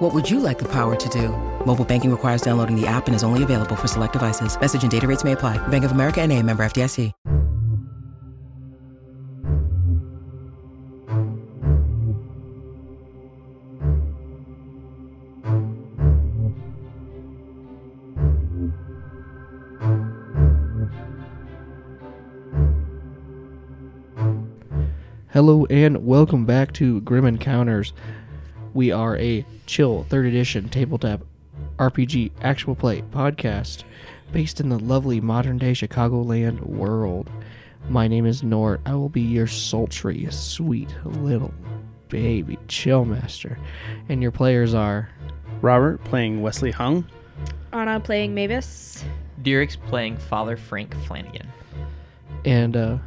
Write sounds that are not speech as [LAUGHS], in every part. What would you like the power to do? Mobile banking requires downloading the app and is only available for select devices. Message and data rates may apply. Bank of America and a member FDIC. Hello and welcome back to Grim Encounters. We are a chill third edition tabletop RPG actual play podcast based in the lovely modern day Chicagoland world. My name is Nort. I will be your sultry, sweet little baby chill master. And your players are Robert playing Wesley Hung. Anna playing Mavis. Derek's playing Father Frank Flanagan. and uh,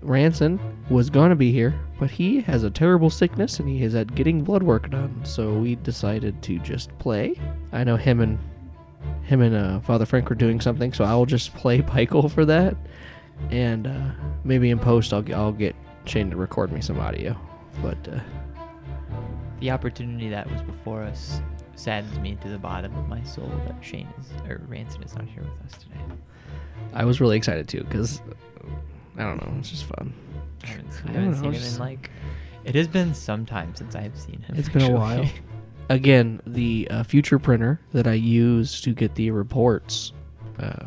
Ranson was gonna be here, but he has a terrible sickness and he is at getting blood work done. So we decided to just play. I know him and him and uh, Father Frank were doing something, so I will just play [LAUGHS] Michael for that, and uh, maybe in post I'll I'll get Shane to record me some audio. But uh, The opportunity that was before us saddens me to the bottom of my soul that Shane is or Ranson is not here with us today. I was really excited too because I don't know, it's just fun. I haven't, I I haven't don't know, seen him just- in like it has been some time since I have seen him. It's been a actually. while. [LAUGHS] Again, the uh, future printer that I use to get the reports uh,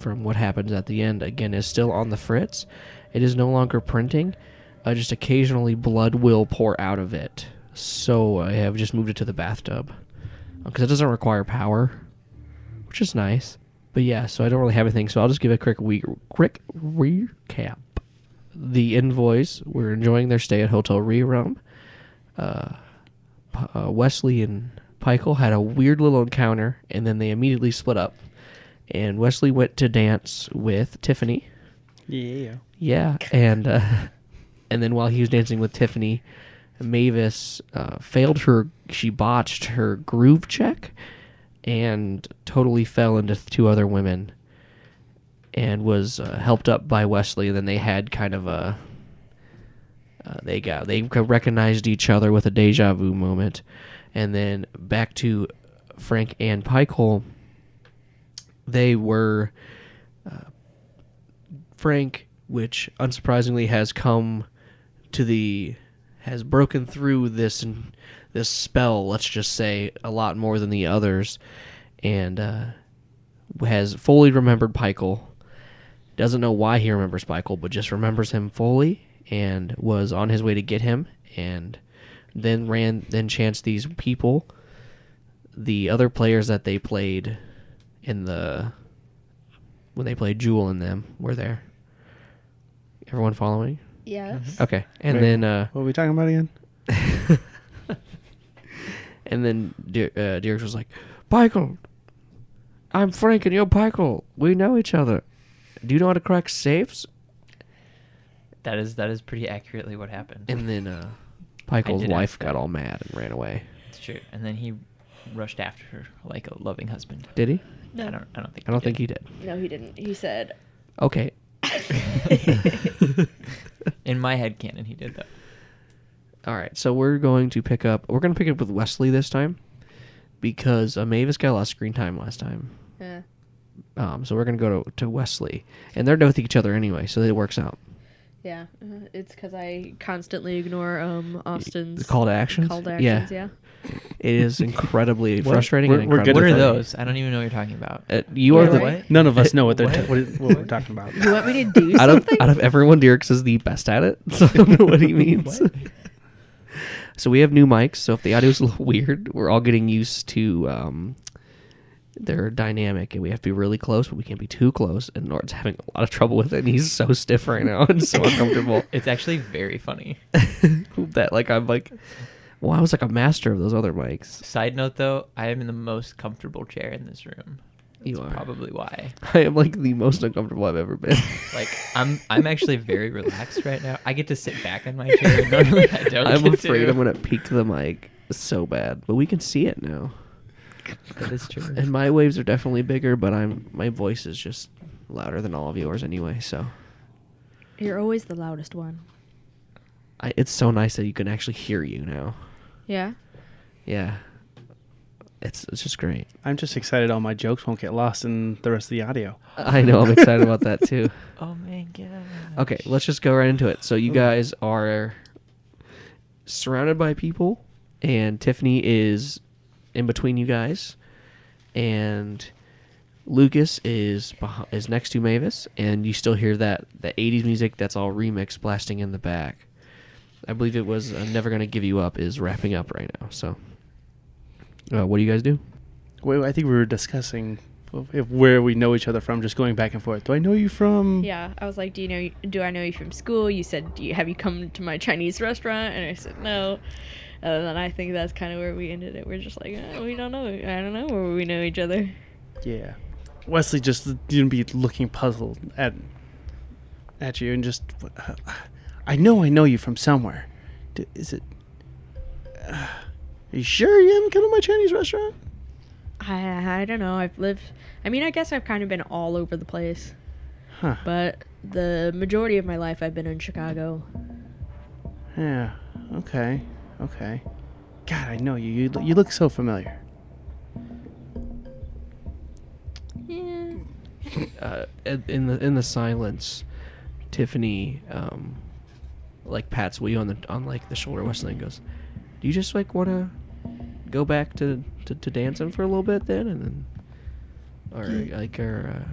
from what happens at the end again is still on the fritz. It is no longer printing. Uh, just occasionally blood will pour out of it. So I have just moved it to the bathtub because it doesn't require power, which is nice. But yeah, so I don't really have anything. So I'll just give a quick we- quick recap. The invoice. We're enjoying their stay at Hotel Rerum uh, Wesley and Pikel had a weird little encounter, and then they immediately split up. And Wesley went to dance with Tiffany. Yeah. Yeah, and uh, [LAUGHS] and then while he was dancing with Tiffany, Mavis uh, failed her. She botched her groove check, and totally fell into two other women, and was uh, helped up by Wesley. And then they had kind of a. Uh, they got they recognized each other with a deja vu moment, and then back to Frank and Pikehole. They were. uh, Frank, which unsurprisingly has come to the has broken through this this spell, let's just say, a lot more than the others, and uh, has fully remembered Pykel. Doesn't know why he remembers Pykel, but just remembers him fully, and was on his way to get him, and then ran then chanced these people, the other players that they played in the when they played Jewel and them were there. Everyone following? Yes. Okay. And Right. then uh What are we talking about again? and then De- uh, Derek was like, "Michael, I'm Frank and you're Michael. We know each other. Do you know how to crack safes?" [LAUGHS] That is that is pretty accurately what happened. And then uh I Michael's did wife ask that. got all mad and ran away. It's true. And then he rushed after her like a loving husband. Did he? No. I don't I don't think I don't think he did. Uh, No, he didn't. [LAUGHS] He said, Okay. [LAUGHS] In my head canon he did though. All right, so we're going to pick up. We're going to pick up with Wesley this time because uh, Mavis got a lot of screen time last time. eh. Um, so we're going to go to, to Wesley, and they're done with each other anyway, so it works out. "Yeah, uh, it's because I constantly ignore um Austin's The call to actions. call to actions." Yeah. it is incredibly frustrating. We're- and we're good incredibly What are at that. those? I don't even know what you're talking about. Uh, you are Wait, the what? None of us know what they're What? ta- what, is- what we're talking about. You want me to do out of something? out of everyone. Derek's is the best at it, [LAUGHS] so I don't know what he means. so we have new mics, so if the audio's a little [LAUGHS] weird, we're all getting used to um, their dynamic, and we have to be really close, but we can't be too close. And Nord's having a lot of trouble with it. And he's so stiff right now and so uncomfortable [LAUGHS] It's actually very funny. that like I'm like, well, I was like a master of those other mics. Side note though, I am in the most comfortable chair in this room. That's You are. probably why. [LAUGHS] I am like the most uncomfortable I've ever been. [LAUGHS] Like I'm, I'm actually very relaxed right now. I get to sit back in my chair. [LAUGHS] Normally I don't. I'm get afraid to. I'm gonna peak the mic so bad, but we can see it now. That is true. And my waves are definitely bigger, but I'm my voice is just louder than all of yours anyway. So You're always the loudest one. I, it's so nice that you can actually hear you now. Yeah. Yeah, it's it's just great. I'm just excited all my jokes won't get lost in the rest of the audio. I know. I'm excited about that too. Oh my god. Okay, let's just go right into it. So you guys are surrounded by people, and Tiffany is in between you guys, and Lucas is beh- is next to Mavis, and you still hear that the '80s music that's all remixed blasting in the back. I believe it was uh, "Never Gonna Give You Up" is wrapping up right now. So, uh, what do you guys do? Wait, I think we were discussing if where we know each other from, just going back and forth. Do I know you from? Yeah. I was like, do you know? Do I know you from school? You said, do you, have you come to my Chinese restaurant? And I said no. And then I think that's kind of where we ended it. We're just like, uh we don't know. I don't know where we know each other. Yeah. Wesley just didn't be looking puzzled at at you and just. I know I know you from somewhere. D- Is it? Uh, are you sure you haven't come to my Chinese restaurant? I I don't know. I've lived. I mean, I guess I've kind of been all over the place, Huh. but the majority of my life I've been in Chicago. Yeah. Okay. Okay. God, I know you. You, lo- you look so familiar. Yeah. uh, in in the in the silence, Tiffany um, like pats Wee on the on like the shoulder, Wesley, and goes, "Do you just like want to go back to, to to dancing for a little bit then, and then, Hmm. or like or uh,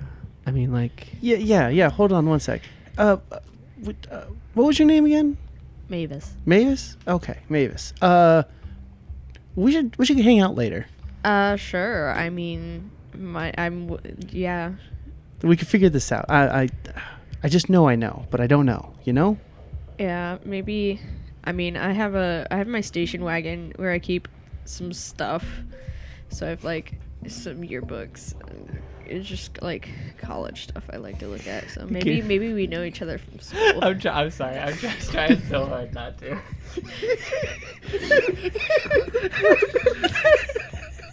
I mean like [LAUGHS] Yeah. Yeah. Yeah. Hold on one sec. Uh, uh, what, uh, what was your name again? Mavis. Mavis. Okay, Mavis. Uh, we should we should hang out later. Uh, sure. I mean, my I'm w- yeah. We could figure this out. I, I, I just know I know, but I don't know. You know? Yeah, maybe. I mean, I have a I have my station wagon where I keep some stuff. So I have like some yearbooks. And it's just like college stuff I like to look at. So maybe maybe we know each other from school. I'm, try- I'm sorry. I'm just trying so hard not to. [LAUGHS]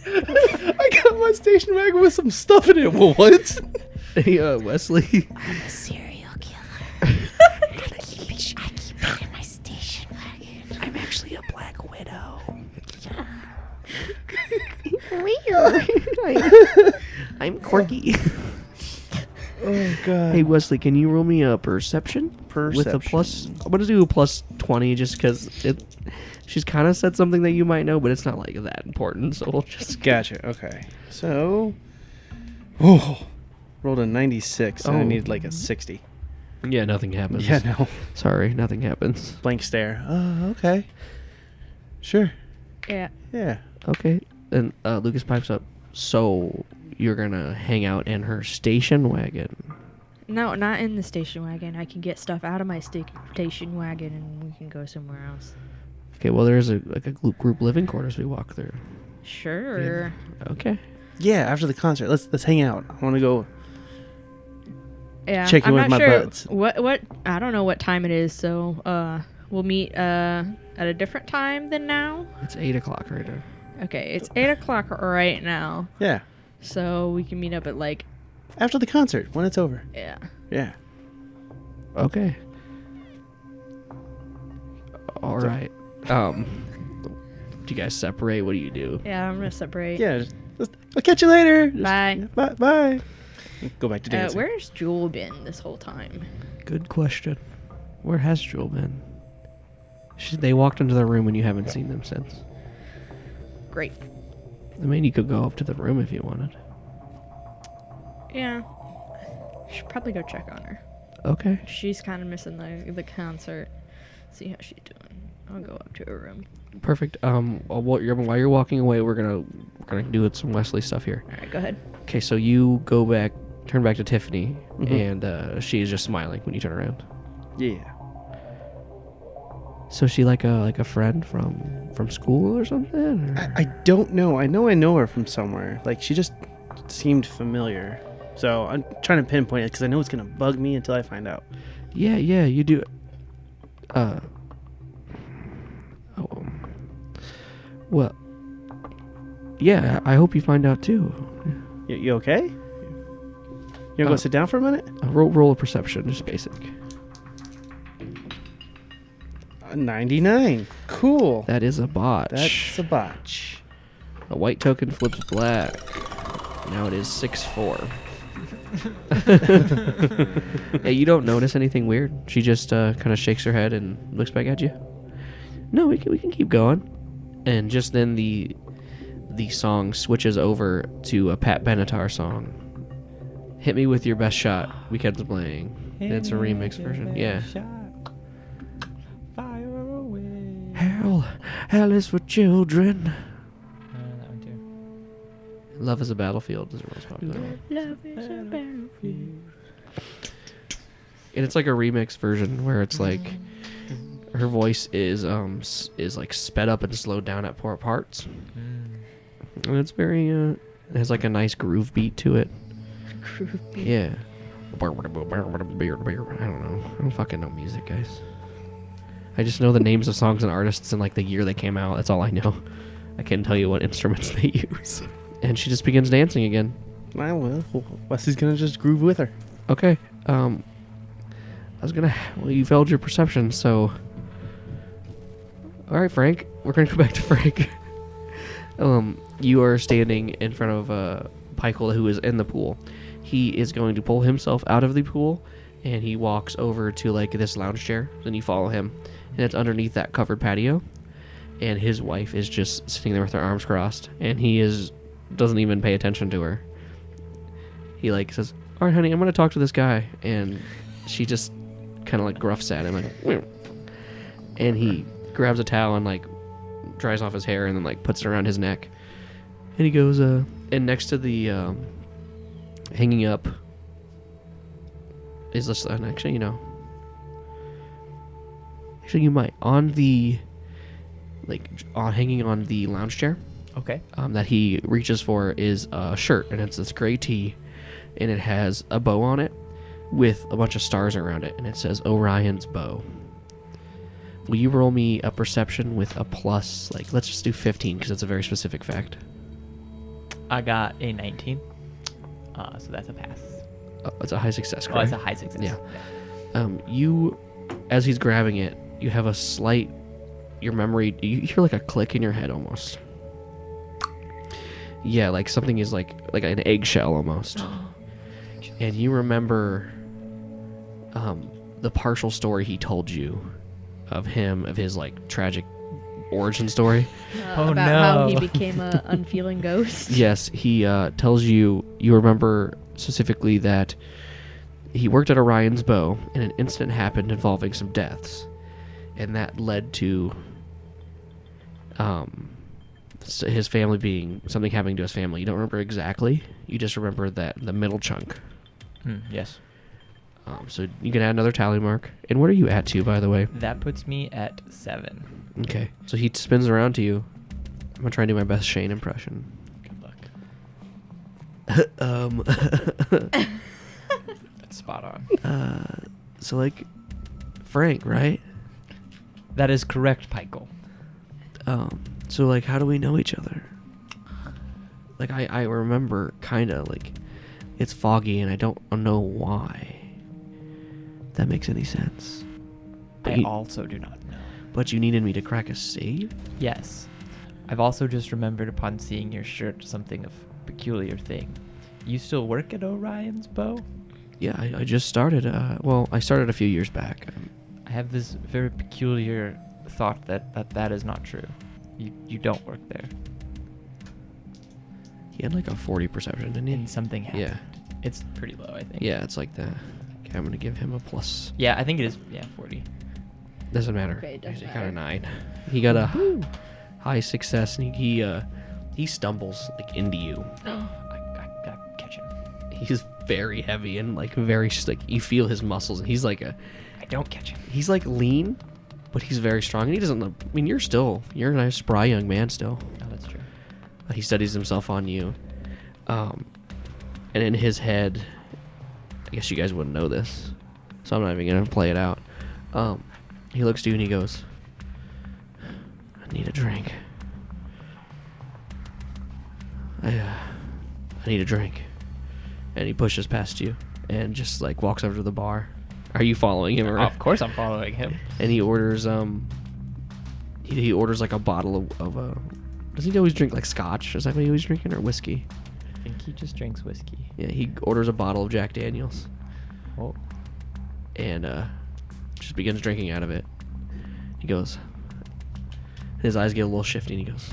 I got my station wagon with some stuff in it. [LAUGHS] What? hey uh, [LAUGHS] Wesley, serial killer. I keep it. I keep it in my station wagon. I'm actually a black widow. real. I'm quirky. oh [LAUGHS] God. hey Wesley, can you roll me a perception? With a Perception. plus, I'm gonna do a plus twenty just because it. She's kind of said something that you might know, but it's not like that important. So we'll just Gotcha. Okay. So, oh, rolled a ninety-six, and I Oh. need like a sixty. Yeah, nothing happens. Yeah. No. Sorry, nothing happens. [LAUGHS] Blank stare. Uh, okay. Sure. yeah. Yeah. Okay. And uh, Lucas pipes up. So you're gonna hang out in her station wagon. No, not in the station wagon. I can get stuff out of my sta- station wagon and we can go somewhere else. Okay. Well, there's a like a group group living quarters we walk through. Sure. Okay. Yeah. After the concert, let's let's hang out. I want to go. Yeah. Checking I'm with not my sure buds. What what I don't know what time it is, so uh we'll meet uh at a different time than now. It's eight o'clock right now. Okay, it's eight o'clock right now. Yeah. So we can meet up at like After the concert, when it's over. yeah. Yeah. Okay. All right. Um. Do you guys separate? What do you do? Yeah, I'm gonna separate. Yeah. just- just- I'll catch you later. Just- Bye. yeah, Bye. Bye. Go back to Uh, dancing. where's Jewel been this whole time? Good question. Where has Jewel been? She, they walked into the room and you haven't seen them since. Great. I mean, you could go up to the room if you wanted. Yeah. Should probably go check on her. Okay. She's kind of missing the the concert. See how she's doing. I'll go up to her room. Perfect. Um, uh, while you're, while you're walking away, we're gonna we're gonna do some Wesley stuff here. All right, go ahead. Okay, so you go back, turn back to Tiffany, Mhm. and uh, she is just smiling when you turn around. Yeah. So is she like a like a friend from from school or something? Or? Uh, I, I don't know. I know I know her from somewhere. Like she just seemed familiar. So I'm trying to pinpoint it because I know it's gonna bug me until I find out. Yeah, yeah, you do. Uh. Oh. um, Well. Yeah, I I hope you find out too. You, you okay? You wanna Uh, go sit down for a minute? Uh, roll, roll a perception, just basic. Uh, 99. Cool. That is a botch. That's a botch. A white token flips black. Now it is 6 4. yeah, you don't notice anything weird. She just uh, kind of shakes her head and looks back at you. No, we can, we can keep going. And just then the the song switches over to a Pat Benatar song. Hit me with your best shot. We kept playing. And it's a remix version. Yeah. Fire away. Hell, hell is for children. Uh, that one too. Love is a battlefield is the most popular. one. Love is a battle. and it's like a remix version where it's like her voice is um s- is like sped up and slowed down at poor parts Mm. and it's very uh it has like a nice groove beat to it yeah i don't know i don't fucking know music guys i just know the names of songs and artists and like the year they came out that's all i know i can't tell you what instruments [LAUGHS] they use and she just begins dancing again I will. Wesley's gonna just groove with her. Okay. Um, I was gonna. Well, you failed your perception, so. All right, Frank. We're gonna go back to [LAUGHS] Frank. um, you are standing in front of uh, Pikel, who is in the pool. He is going to pull himself out of the pool, and he walks over to like this lounge chair. Then you follow him, and it's underneath that covered patio. And his wife is just sitting there with her arms crossed, and he is doesn't even pay attention to her he like says, "All right, honey, I'm gonna talk to this guy," and she just kind of like gruffs at him, like, [SNIFFS] "Meow." and he grabs a towel and like dries off his hair and then like puts it around his neck, and he goes, uh, and next to the um, hanging up is this, and actually, you know, actually, you might on the like on hanging on the lounge chair Okay. um, that he reaches for is a shirt, and it's this gray tee, and it has a bow on it with a bunch of stars around it, and it says Orion's bow. Will you roll me a perception with a plus? Like, let's just do 15 because it's a very specific fact. I got a 19. Uh, so that's a pass. Uh, it's a high success. Oh, Correct? it's a high success. Yeah. Um, you, as he's grabbing it, you have a slight, your memory, you hear like a click in your head almost. Yeah, like something is like like an eggshell almost, and you remember, um, the partial story he told you, of him of his like tragic origin story. Uh, Oh, about how he no. became a unfeeling ghost. Yes, he uh, tells you. You remember specifically that he worked at Orion's Bow, and an incident happened involving some deaths, and that led to um, s- his family being something happening to his family. You don't remember exactly. You just remember that the middle chunk. Hmm, yes. Um, so you can add another tally mark. And what are you at to, by the way? That puts me at 7. Okay. So he spins around to you. I'm gonna try and do my best Shane impression. Good luck. [LAUGHS] [LAUGHS] Um. That's spot on. so like, Frank, right? that is correct, Pikel. Um, so like, how do we know each other? Like, I I remember kind of like, it's foggy and I don't know why. That makes any sense. But I you- also do not know. But you needed me to crack a save. Yes. I've also just remembered upon seeing your shirt something of peculiar thing. You still work at Orion's Bow? Yeah, I, I just started. Uh, well, I started a few years back. Um, I have this very peculiar thought that that, that is not true. You, you don't work there. he had like a forty perception, didn't he? And something happened. Yeah. It's pretty low, I think. Yeah, it's like that. Okay, I'm gonna give him a plus. Yeah, I think it is. Yeah, 40. Doesn't matter. Okay, it doesn't he got a matter. nine. He got a high success, and he, he uh he stumbles like into you. [GASPS] I, I gotta catch him. He's very heavy and like very s- like you feel his muscles, and he's like a I don't catch him. he's like lean, but he's very strong, and he doesn't. look I mean, you're still you're a nice spry young man still. Oh, that's true. He studies himself on you, um, and in his head, I guess you guys wouldn't know this, so I'm not even gonna play it out. Um, he looks to you and he goes, "I need a drink. I, uh, I need a drink." And he pushes past you and just like walks over to the bar. Are you following him? Or of course, I'm following him. and he orders um he, he orders like a bottle of, of uh does he always drink like scotch is that what he always drinking or whiskey I think he just drinks whiskey. yeah he orders a bottle of jack daniels Oh, and uh just begins drinking out of it he goes his eyes get a little shifty and he goes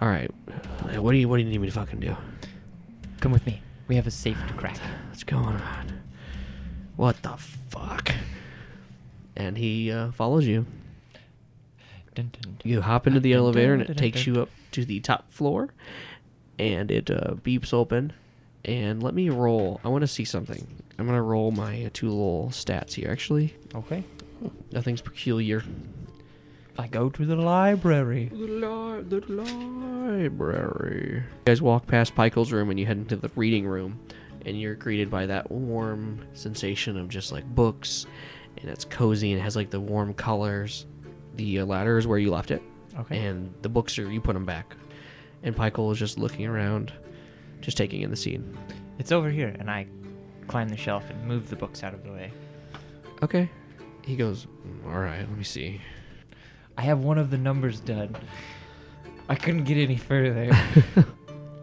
all right what do you what do you need me to fucking do come with me. We have a safe to crack. what's going on what the fuck and he uh, follows you Dun, dun, dun. You hop into the elevator and it takes you up to the top floor and it uh, beeps open. And let me roll. I want to see something. I'm going to roll my two little stats here, actually. Okay. Nothing's peculiar. I go to the library. The, li- the library. You guys walk past Pikel's room and you head into the reading room, and you're greeted by that warm sensation of just like books, and it's cozy and it has like the warm colors. The uh, ladder is where you left it, Okay. and the books are you put them back, and Pikel is just looking around, just taking in the scene. It's over here, and I climb the shelf and move the books out of the way. Okay, he goes. "Mm, All right, let me see. I have one of the numbers done. I couldn't get any further. [LAUGHS]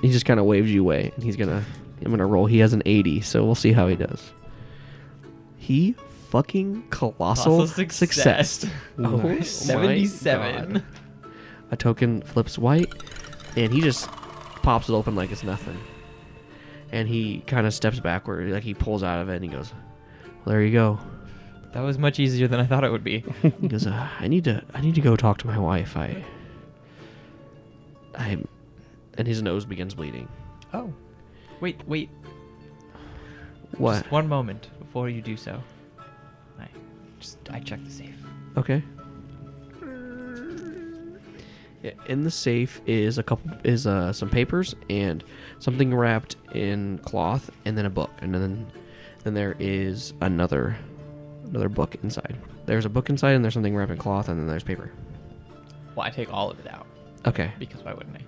He just kind of waves you away, and he's gonna. I'm gonna roll. He has an 80, so we'll see how he does. He fucking colossal, Colossal success. [LAUGHS] success. [LAUGHS] Oh my 77. God. A token flips white, and he just pops it open like it's nothing. And he kind of steps backward, like he pulls out of it, and he goes, well, "There you go." That was much easier than I thought it would be. He goes, uh, "I need to, I need to go talk to my wife. I, I," and his nose begins bleeding. Oh. Wait, wait. What? Just one moment before you do so. I just I check the safe. Okay. Yeah, in the safe is a couple is uh, some papers and something wrapped in cloth and then a book and then then there is another another book inside. There's a book inside and there's something wrapped in cloth and then there's paper. Well, I take all of it out Okay. because why wouldn't I?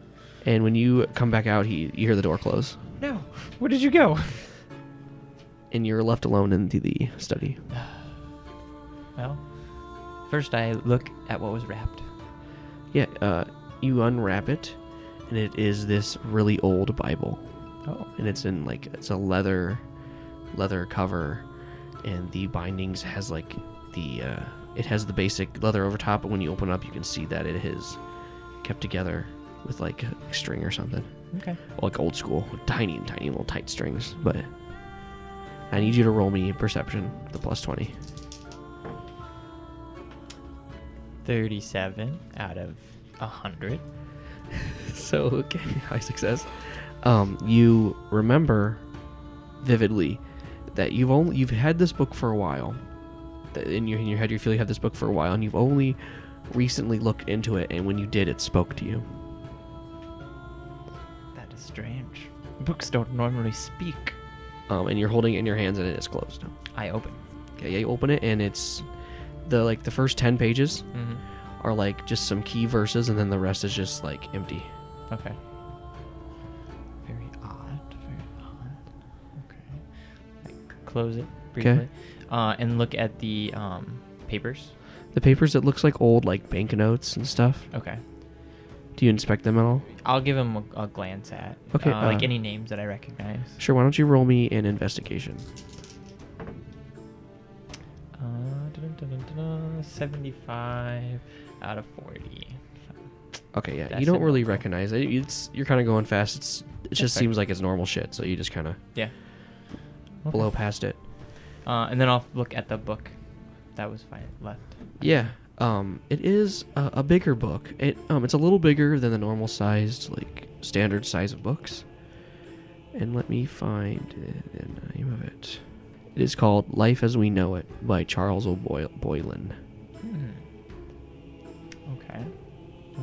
And when you come back out, he you hear the door close No. Where did you go? and you're left alone into the study. Well, first I look at what was wrapped. Yeah. Uh, you unwrap it and it is this really old Bible. Oh. and it's in like it's a leather leather cover and the bindings has like the uh, it has the basic leather over top but when you open up you can see that it is kept together with like a string or something Okay. like old school tiny tiny little tight strings but i need you to roll me perception the plus 20 37 out of 100. [LAUGHS] so okay high success um, you remember vividly that you've only you've had this book for a while That in your in your head you feel you have this book for a while and you've only recently looked into it and when you did it spoke to you That is strange. Books don't normally speak. um, and you're holding it in your hands and it is closed I open. okay you open it and it's the like the first 10 pages Mm-hmm. are like just some key verses and then the rest is just like empty Okay. Very odd. Very odd. Okay. I close it briefly. Uh, and look at the um, papers. the papers it looks like old like banknotes and stuff Okay. do you inspect them at all I'll give them a, a glance at. Okay, Uh, like uh, any names that I recognize. sure why don't you roll me an investigation Uh, dun- dun- dun- dun- dun, 75 out of 40. Okay, yeah, That's you don't it, really that's all. recognize it. It's you're kind of going fast. It's it just fair. seems like it's normal shit. So you just kind of Yeah. blow past it. Uh, and then I'll look at the book that was fi- left. Yeah, um, it is a, a bigger book. It um, it's a little bigger than the normal sized like standard size of books. And let me find the- the name of it. It is called Life as We Know It by Charles O'Boy- Boylan. Hmm. Okay.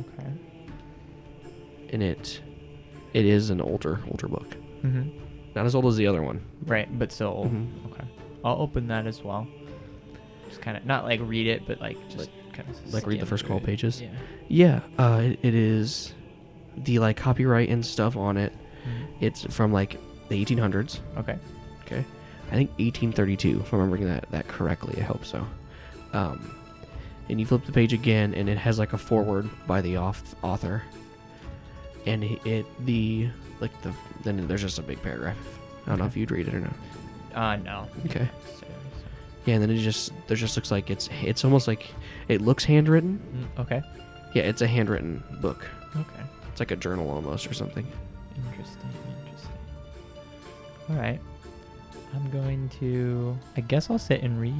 Okay. and it it is an older older book. Mm-hmm. Not as old as the other one. Right, but still. Mhm. Okay. I'll open that as well. Just kind of not like read it, but like just kind of like, read the first couple pages? Yeah. Yeah, uh, it, it is the like copyright and stuff on it. Mhm. It's from like the 1800s. Okay. Okay. I think 1832, if I'm remembering that, that correctly. I hope so. Um, and you flip the page again, and it has like a foreword by the off- author. And it, it the like the then there's just a big paragraph. I don't know if you'd read it or not. Uh, no. Okay. So- Yeah, and then it just there just looks like it's it's almost like it looks handwritten. so- mm, Okay. Yeah, it's a handwritten book. Okay. It's like a journal almost or something. Interesting. Interesting. All right. I'm going to. I guess I'll sit and read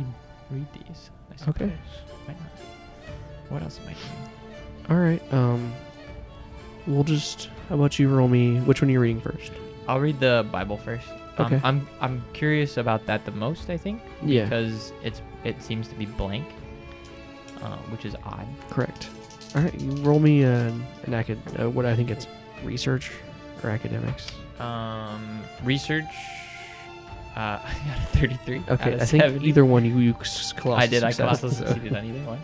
read these. I Okay. suppose. Why not? What else am I doing? All right. Um, we'll just. How about you roll me? Which one are you reading first? I'll read the Bible first. Okay. Um, I'm I'm curious about that the most. I think. Yeah. Because it's it seems to be blank, uh, which is odd. Correct. All right. You roll me uh, an acad. Uh, what I think it's research or academics. Um, research. Uh, [LAUGHS] I got a 33. out Okay. of I think 70. either one you you s- colossal I did. I success, [LAUGHS] colossal so- succeeded on either one.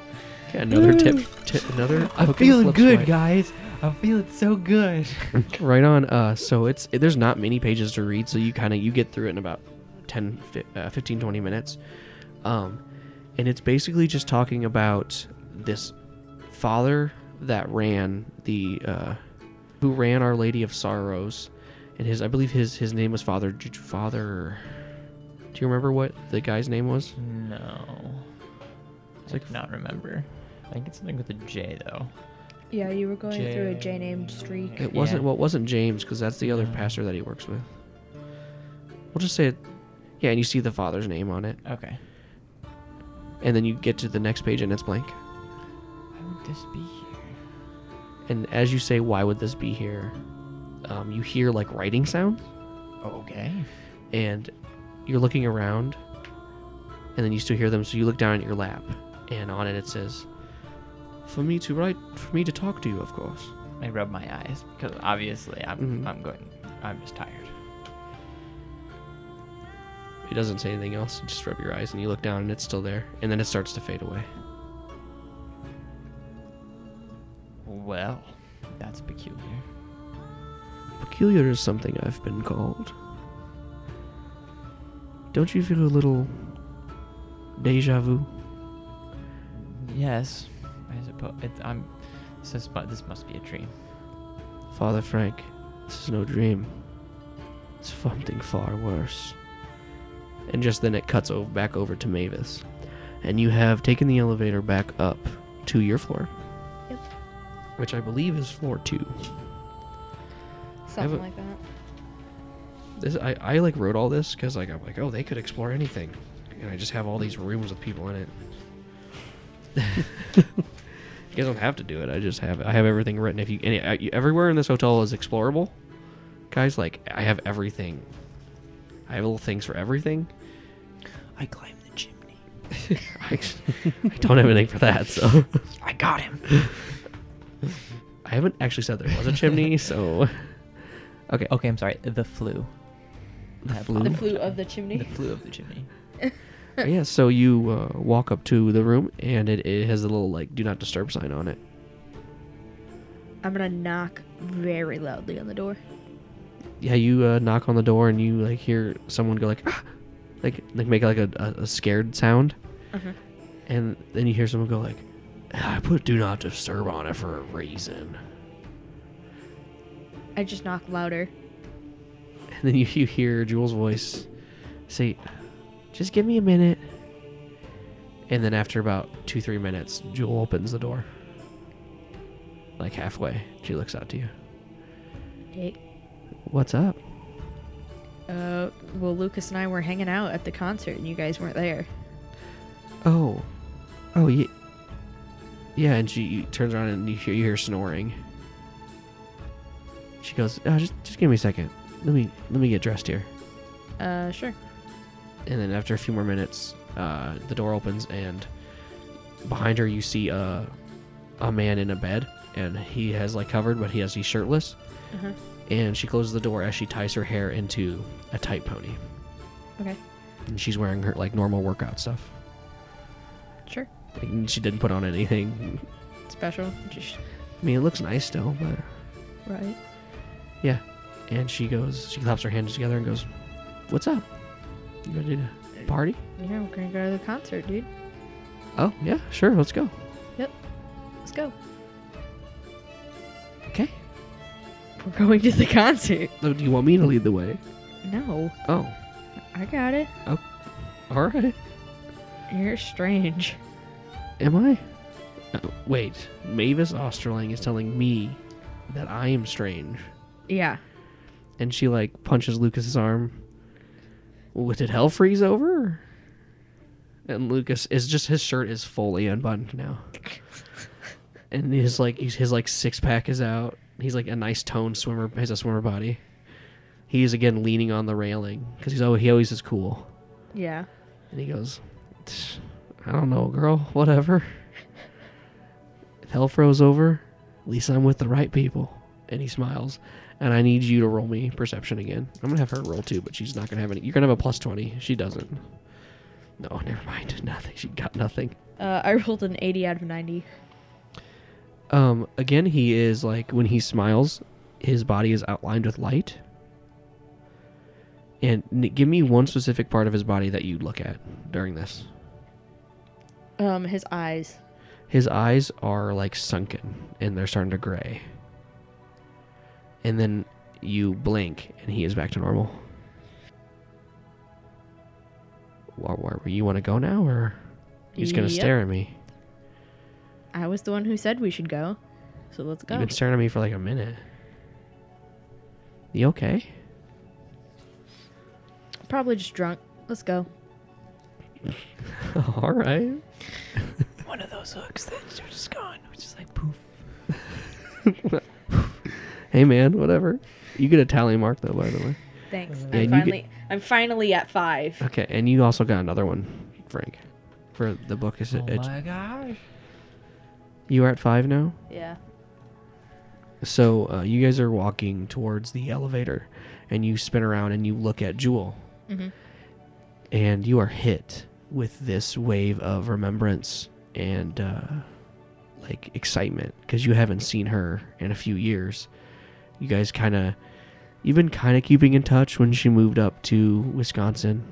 Okay, another tip. T- another. hook and flip swipe. guys. I'm feeling so good. Right on. Uh, so it's it, there's not many pages to read, so you kind of you get through it in about 10, fi- uh, 15, 20 minutes, um, and it's basically just talking about this father that ran the uh, who ran Our Lady of Sorrows, and his I believe his his name was Father J- J- Father. Do you remember what the guy's name was? No. It's I like- cannot remember. I think it's something with a J though. Yeah, you were going through a J named streak. It wasn't Yeah. well, it wasn't James because that's the other No. pastor that he works with. We'll just say it. Yeah, and you see the father's name on it. Okay. and then you get to the next page and it's blank. Why would this be here? And as you say, why would this be here? Um, you hear like writing sound, Okay. and you're looking around, and then you still hear them. So you look down at your lap, and on it it says, "For me to write, for me to talk to you, of course." I rub my eyes because obviously I'm Mhm. I'm going. I'm just tired. It doesn't say anything else. You just rub your eyes, and you look down, and it's still there. And then it starts to fade away. Well, that's peculiar. Peculiar is something I've been called. Don't you feel a little deja vu? Yes, I suppose. It, I'm. This is, mu- this must be a dream. Father Frank, this is no dream. It's something far worse. And just then it cuts over back over to Mavis. And you have taken the elevator back up to your floor. Yep. Which I believe is floor two. Something a- like that. This I, I like wrote all this because like I'm like, oh they could explore anything. And I just have all these rooms with people in it. [LAUGHS] you guys don't have to do it. I just have I have everything written. If you any I- you- everywhere in this hotel is explorable, guys. Like I have everything. I have little things for everything. [LAUGHS] I climbed the chimney. I, I don't have anything for that. So [LAUGHS] I got him. I haven't actually said there was a chimney. So okay, Okay, I'm sorry. The flu. The I flu? The The apologize. flu of the chimney. The flu of the chimney. yeah. So you uh, walk up to the room and it, it has a little like do not disturb sign on it. I'm gonna knock very loudly on the door. yeah, you uh, knock on the door and you like hear someone go like, "Ah!" like like make like a, a, a scared sound, Mhm. and then you hear someone go like, "Ah, I put do not disturb on it for a reason, I just knock louder. and then you, you hear Jules' voice say, just give me a minute, and then after about two three minutes, Jewel opens the door. Like halfway, she looks out to you. Hey, What's up? uh, well, Lucas and I were hanging out at the concert, and you guys weren't there. Oh, oh yeah, yeah. And she turns around and you hear, you hear snoring. She goes, oh, "Just, just give me a second. Let me, let me get dressed here." Uh, sure. And then after a few more minutes, uh, the door opens and behind her you see a, a man in a bed, and he has like covered, but he has he's shirtless. Uh-huh. and she closes the door as she ties her hair into a tight pony. Okay. And she's wearing her like normal workout stuff. Sure. Like, and she didn't put on anything. Special. Just I mean, it looks nice still, but right. yeah. And she goes, she claps her hands together and goes, "What's up? You ready to party?" Yeah, we're gonna go to the concert, dude. Oh yeah, sure. Let's go. Let's go. Okay. We're going to the concert. Oh, Do you want me to lead the way? No, Oh, I got it. all right. You're strange. Am I? Oh, wait, Mavis Osterling is telling me that I am strange, Yeah. and she like punches Lucas's arm. Well, did hell freeze over? And Lucas is just his shirt is fully unbuttoned now, and his like his, his like six pack is out. He's like a nice toned swimmer. Has a swimmer body. He is again leaning on the railing because he's always, he always is cool. Yeah. And he goes, "Tch, I don't know, girl. Whatever. If hell froze over, at least I'm with the right people. And he smiles. And I need you to roll me perception again. I'm going to have her roll too, but she's not going to have any. You're going to have a plus 20. She doesn't. No, never mind. [LAUGHS] Nothing. She got nothing. Uh, I rolled an 80 out of 90. Um, again, he is like, when he smiles, his body is outlined with light. And n- give me one specific part of his body that you look at during this. Um, his eyes. his eyes are like sunken and they're starting to gray. And then you blink and he is back to normal. Where, where you want to go now, or he's gonna Yep. stare at me? I was the one who said we should go, so let's go. You've been staring at me for like a minute. You okay? [LAUGHS] Probably just drunk. Let's go. All right. [LAUGHS] One of those hooks that's just gone. It's just like poof. [LAUGHS] Hey man, whatever. You get a tally mark though, by the way. Thanks. Yeah, you I'm get- finally. I'm finally at five. Okay, and you also got another one, Frank, for the book. Is it? Oh my gosh. you are at five now. Yeah. So uh, you guys are walking towards the elevator, and you spin around and you look at Jewel, Mhm. and you are hit with this wave of remembrance and uh, like excitement because you haven't seen her in a few years. You guys kind of, you've been kind of keeping in touch when she moved up to Wisconsin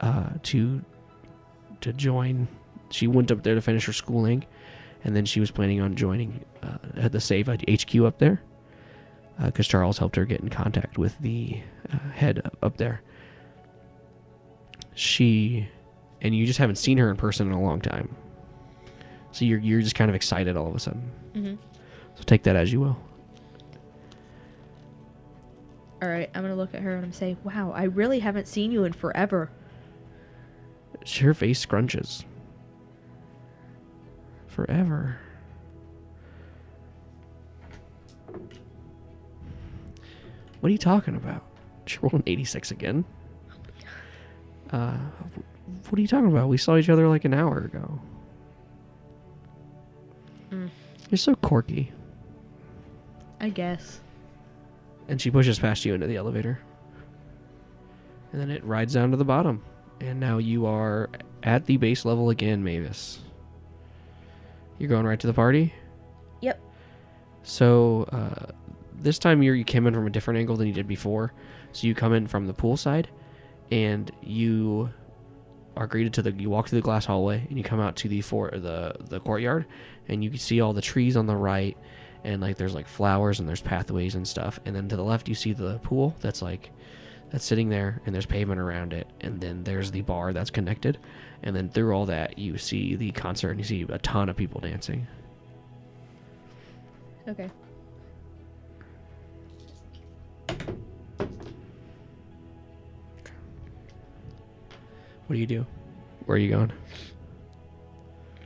uh, to to join. She went up there to finish her schooling, and then she was planning on joining uh, at the Save HQ up there because Charles helped her get in contact with the uh, head up- up there. She and you just haven't seen her in person in a long time, so you're you're just kind of excited all of a sudden. Mhm. So take that as you will. All right. I'm gonna look at her and I'm say, "Wow, I really haven't seen you in forever." Her face scrunches. Forever. What are you talking about? She rolled an 86 again. Uh, wh- what are you talking about? We saw each other like an hour ago. You're so quirky. I guess. And she pushes past you into the elevator. And then it rides down to the bottom. And now you are at the base level again, Mavis. You're going right to the party? Yep. So, uh, this time you're, you came in from a different angle than you did before. So, you come in from the pool side, and you are greeted to the. You walk through the glass hallway, and you come out to the for the the courtyard, and you can see all the trees on the right, and like there's like flowers and there's pathways and stuff. And then to the left, you see the pool that's like that's sitting there, and there's pavement around it, and then there's the bar that's connected, and then through all that, you see the concert, and you see a ton of people dancing. Okay. What do you do? Where are you going?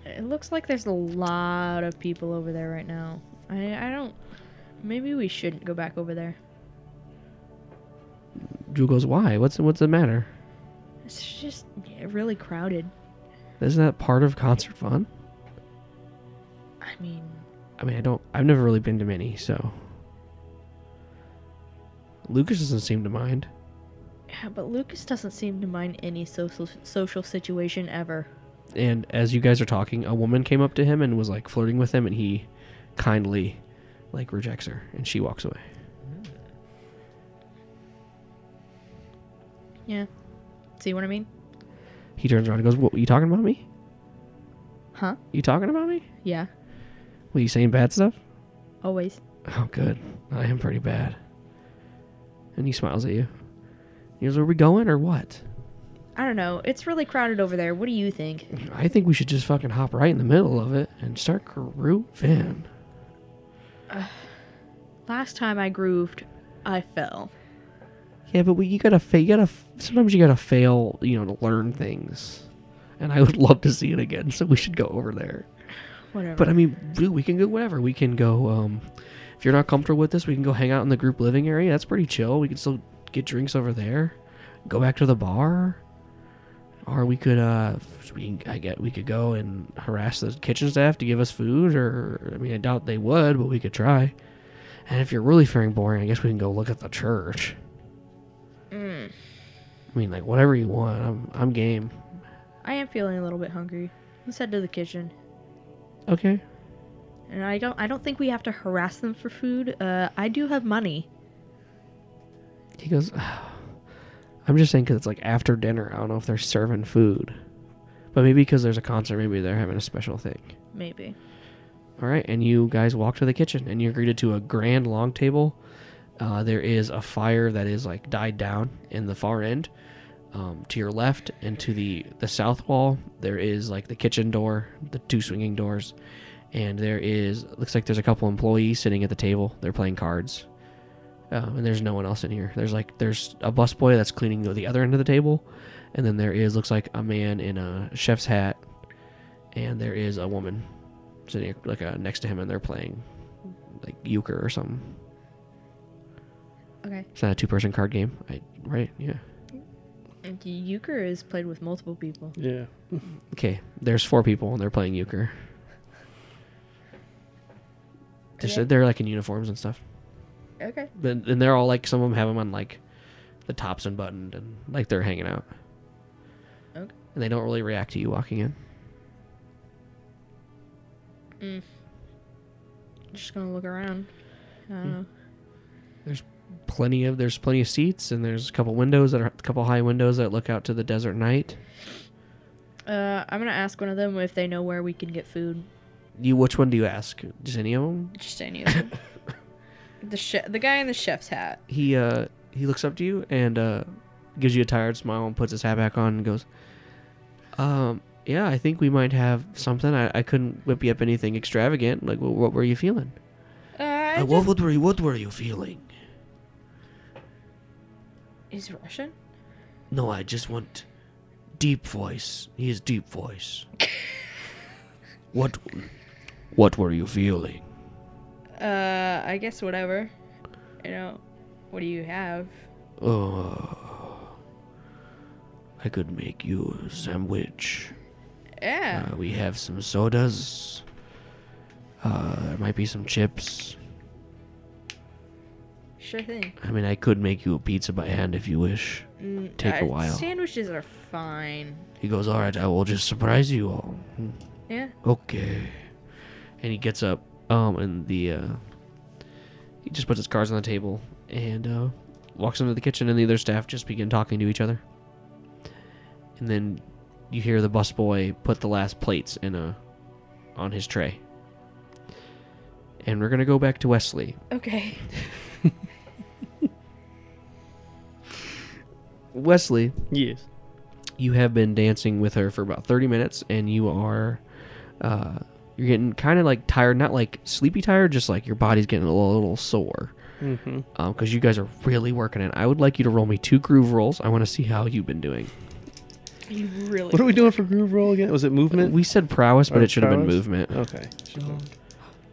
It looks like there's a lot of people over there right now. I I don't. Maybe we shouldn't go back over there. Drew goes, "Why? What's what's the matter? It's just yeah, really crowded. Isn't that part of concert fun?" I mean, I mean, I don't. I've never really been to many, so. Lucas doesn't seem to mind. Yeah, but Lucas doesn't seem to mind any social social situation ever. And as you guys are talking, a woman came up to him and was like flirting with him, and he kindly like rejects her, and she walks away. Yeah. See what I mean? He turns around and goes, "What you talking about me? Huh? You talking about me? Yeah. Were you saying bad stuff?" [LAUGHS] Always. Oh, good. I am pretty bad. And he smiles at you. He goes, "Are we going or what?" I don't know. It's really crowded over there. What do you think? I think we should just fucking hop right in the middle of it and start grooving. Last time I grooved, I fell. Yeah, but we, you gotta fail. You gotta f- sometimes you gotta fail. You know, to learn things. And I would love to see it again, so we should go over there. Whatever. But I mean, dude, we can go whatever. We can go. Um, if you're not comfortable with this, we can go hang out in the group living area. That's pretty chill. We can still get drinks over there. Go back to the bar, or we could. Uh, we can, I get we could go and harass the kitchen staff to give us food. Or I mean, I doubt they would, but we could try. And if you're really feeling boring, I guess we can go look at the church. I mean, like whatever you want. I'm I'm game. I am feeling a little bit hungry. Let's head to the kitchen. Okay. And I don't I don't think we have to harass them for food. Uh I do have money. He goes, I'm just saying because it's like after dinner. I don't know if they're serving food. But maybe because there's a concert, maybe they're having a special thing. Maybe. All right. And you guys walk to the kitchen and you're greeted to a grand long table. Uh, there is a fire that is like died down in the far end. Um, to your left and to the, the south wall, there is like the kitchen door, the two swinging doors. And there is, looks like there's a couple employees sitting at the table. They're playing cards. Um, and there's no one else in here. There's like there's a busboy that's cleaning the, the other end of the table, and then there is looks like a man in a chef's hat, and there is a woman sitting like uh, next to him, and they're playing like euchre or something. Okay. It's not a two-person card game, I, right? Yeah. And Euchre is played with multiple people. Yeah. Okay. There's four people, and they're playing euchre. Just, Okay. They're like in uniforms and stuff. Okay. Then and they're all like some of them have them on like the tops unbuttoned and like they're hanging out. Okay. And they don't really react to you walking in. Just gonna look around. I don't know. Plenty of there's plenty of seats and there's a couple windows that are a couple high windows that look out to the desert night. Uh, I'm gonna ask one of them if they know where we can get food. You which one do you ask? Just any of them? Just any of them. [LAUGHS] the she- the guy in the chef's hat. He uh he looks up to you and uh gives you a tired smile and puts his hat back on and goes, um. Yeah, I think we might have something. I, I couldn't whip you up anything extravagant. Like, wh- what were you feeling? Uh, Uh, what, what were you, what were you feeling? he's Russian. No, I just want deep voice. He is deep voice. what what were you feeling? Uh, I guess whatever. You know, what do you have? Oh I could make you a sandwich. Yeah. Uh, we have some sodas. Uh, there might be some chips. Uh, Sure thing. I mean, I could make you a pizza by hand if you wish. Take a Uh, while. Sandwiches are fine. He goes, All right, I will just surprise you all. Yeah. okay and he gets up um and the uh he just puts his cards on the table and uh walks into the kitchen and the other staff just begin talking to each other and then you hear the busboy put the last plates in a on his tray and we're gonna go back to wesley Okay. [LAUGHS] wesley Yes. you have been dancing with her for about 30 minutes and you are uh, you're getting kind of like tired not like sleepy tired just like your body's getting a little, little sore Mm-hmm. because you guys are really working it i would like you to roll me two groove rolls i want to see how you've been doing you really. What are we doing for groove roll again? Was it movement? we said prowess but Or it should have been prowess? Oh. movement okay.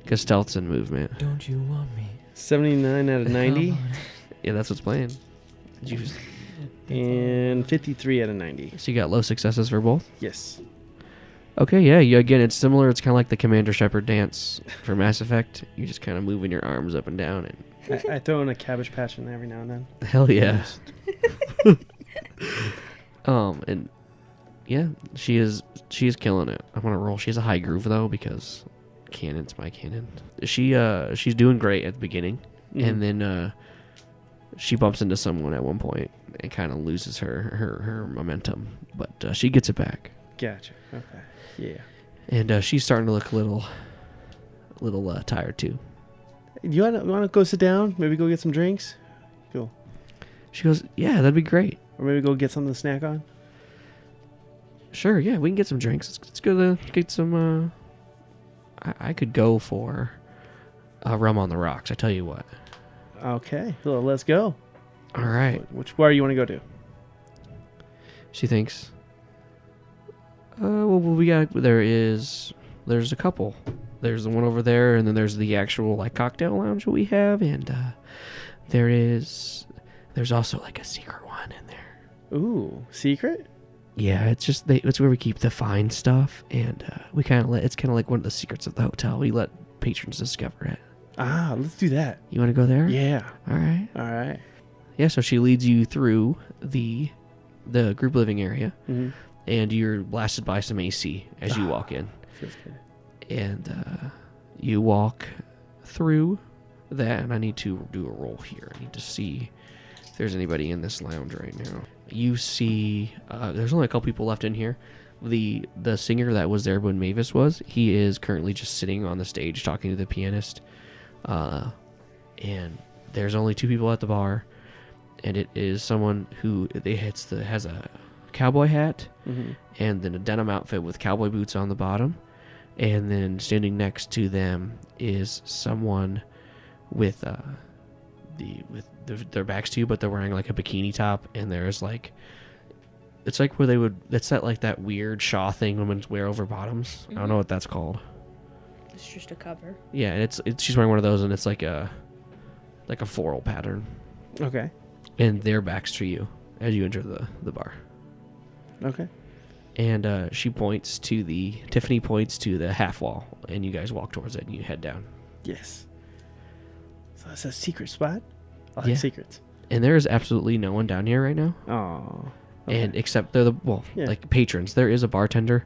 because stealth's in movement Don't you want me? 79 [LAUGHS] out of 90 yeah that's what's playing Did you- and 53 out of 90. so you got low successes for both Yes. Okay, yeah, you, again, it's similar. It's kind of like the Commander Shepard dance for Mass Effect. You just kind of moving your arms up and [LAUGHS] down and I, I throw in a cabbage patch in every now and then. Hell yeah. um and yeah, she is she is killing it. I'm gonna roll. She has a high groove though because cannon's my cannon. She uh she's doing great at the beginning, Mm-hmm. mm. and then uh she bumps into someone at one point and kind of loses her her her momentum, but uh, she gets it back, Gotcha. Okay. Yeah. and uh, she's starting to look a little little uh, tired too. You wanna, you wanna go sit down? Maybe go get some drinks, She goes, "Yeah, that'd be great. or maybe go get something to snack on. Sure, yeah, we can get some drinks. Let's, let's go to get some. Uh, I, I could go for uh, rum on the rocks. I tell you what. Okay. Well, let's go. All right, Wh- Which bar you wanna go to? she thinks. Uh, well, we got there is there's a couple. There's the one over there, and then there's the actual like cocktail lounge that we have, and uh, there is there's also like a secret one in there. Ooh, secret. Yeah, it's just they, it's where we keep the fine stuff, and uh, we kind of let it's kind of like one of the secrets of the hotel. We let patrons discover it. Ah, let's do that. You want to go there? Yeah. All right. All right. Yeah. So she leads you through the the group living area, Mhm. and you're blasted by some AC as you walk in, Feels good. and uh, you walk through that. And I need to do a roll here. I need to see if there's anybody in this lounge right now. You see, uh, there's only a couple people left in here. The the singer that was there when Mavis was, he is currently just sitting on the stage talking to the pianist. Uh, and there's only two people at the bar, and it is someone who they hits the has a cowboy hat Mm-hmm. and then a denim outfit with cowboy boots on the bottom, and then standing next to them is someone with uh, the with their, their backs to you, but they're wearing like a bikini top, and there's like. It's like where they would. It's that like that weird Shaw thing women wear over bottoms. I don't know what that's called. It's just a cover. Yeah, and it's, it's she's wearing one of those, and it's like a like a floral pattern, Okay. and their backs to you as you enter the the bar. Okay. And uh, she points to the Tiffany points to the half wall, and you guys walk towards it, and you head down. Yes. So it's a secret spot. I like Yeah. secrets. And there is absolutely no one down here right now, Oh. and except they're the well, Yeah. like patrons. There is a bartender,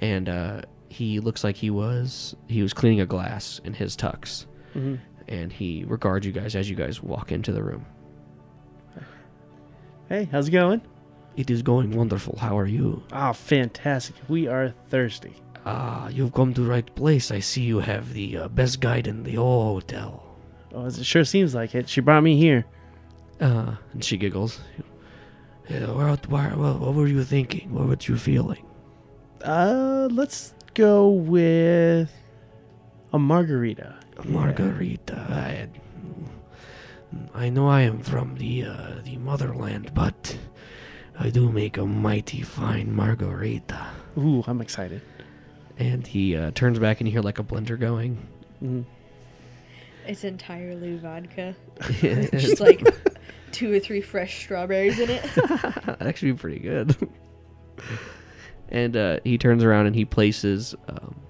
and uh, he looks like he was he was cleaning a glass in his tux, Mhm. and he regards you guys as you guys walk into the room. Hey, how's it going? It is going wonderful. How are you? Ah, fantastic. We are thirsty. Ah, you've come to right place. I see you have the uh, best guide in the whole hotel. Oh, it sure seems like it. She brought me here. Uh, and she giggles. Yeah, what, what, what were you thinking? What were you feeling? Uh, let's go with a margarita. Margarita. I, I know I am from the uh, the motherland, but I do make a mighty fine margarita. Ooh, I'm excited. And he uh, turns back and you hear like a blender going. [LAUGHS] Mm-hmm. It's entirely vodka. [LAUGHS] That'd Just like two or three fresh strawberries in [LAUGHS] it. actually be pretty good. [LAUGHS] and uh, he turns around and he places um,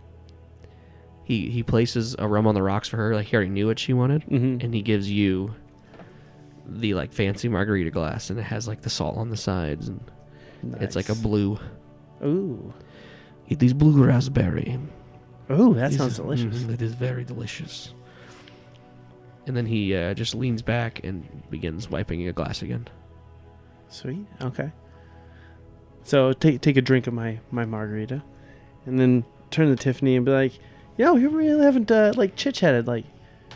he he places a rum on the rocks for her. Like he already knew what she wanted, Mm-hmm. and he gives you the like fancy margarita glass, and it has like the salt on the sides, and it's like a blue. Ooh. It is blue raspberry. Ooh, that This sounds is- delicious. mhm, it is very delicious. And then he uh, just leans back and begins wiping a glass again. Sweet. Okay. So take take a drink of my my margarita, and then turn to Tiffany and be like, "Yo, we really haven't uh, like chit chatted. Like,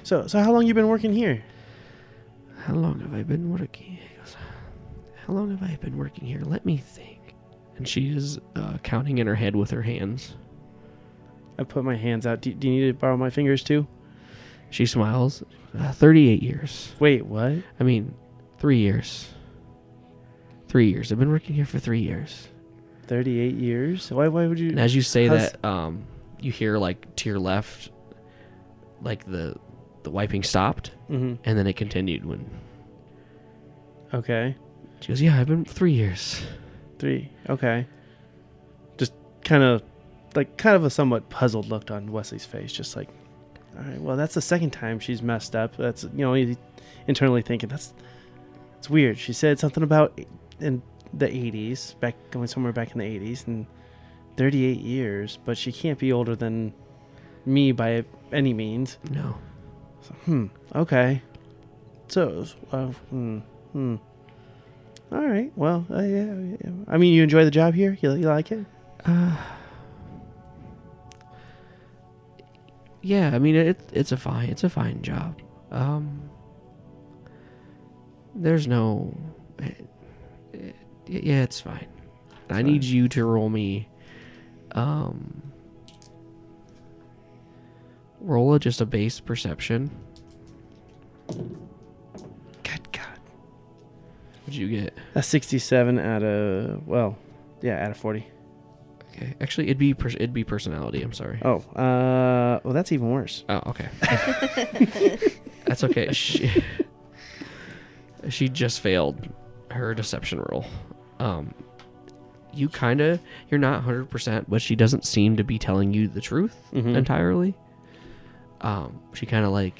so so how long you been working here? How long have I been working? He goes, How long have I been working here? Let me think. And she is uh, counting in her head with her hands. I put my hands out. Do, do you need to borrow my fingers too? She smiles. Uh, 38 years. Wait, what? I mean, three years. Three years. I've been working here for three years. Thirty eight years? Why why would you? And as you say How's- that, um, you hear like to your left, like the the wiping stopped, Mhm. and then it continued when Okay, she goes, "Yeah, I've been three years." three. Okay. Just kind of like kind of a somewhat puzzled look on Wesley's face, just like All right. Well, that's the second time she's messed up. That's you know you internally thinking that's it's weird. She said something about in the 80s, back going somewhere back in the 80s, and 38 years, but she can't be older than me by any means. No. So, hmm. Okay. So, uh, hmm. Hmm. All right. Well, uh, yeah, yeah. I mean, you enjoy the job here. You, you like it? Uh, Yeah, I mean it, it's a fine it's a fine job. Um, there's no, it- it- yeah, it's fine. I need you to roll me, um, roll a, just a base perception. Good God. What'd you get? A 67 out of well, yeah, out of 40. Okay, actually it'd be pers- it'd be personality. I'm sorry. Oh, uh, well, that's even worse. Oh, okay. That's okay. She, she just failed her deception roll. Um, you kind of you're not 100%, but she doesn't seem to be telling you the truth Mhm. entirely. Um, she kind of like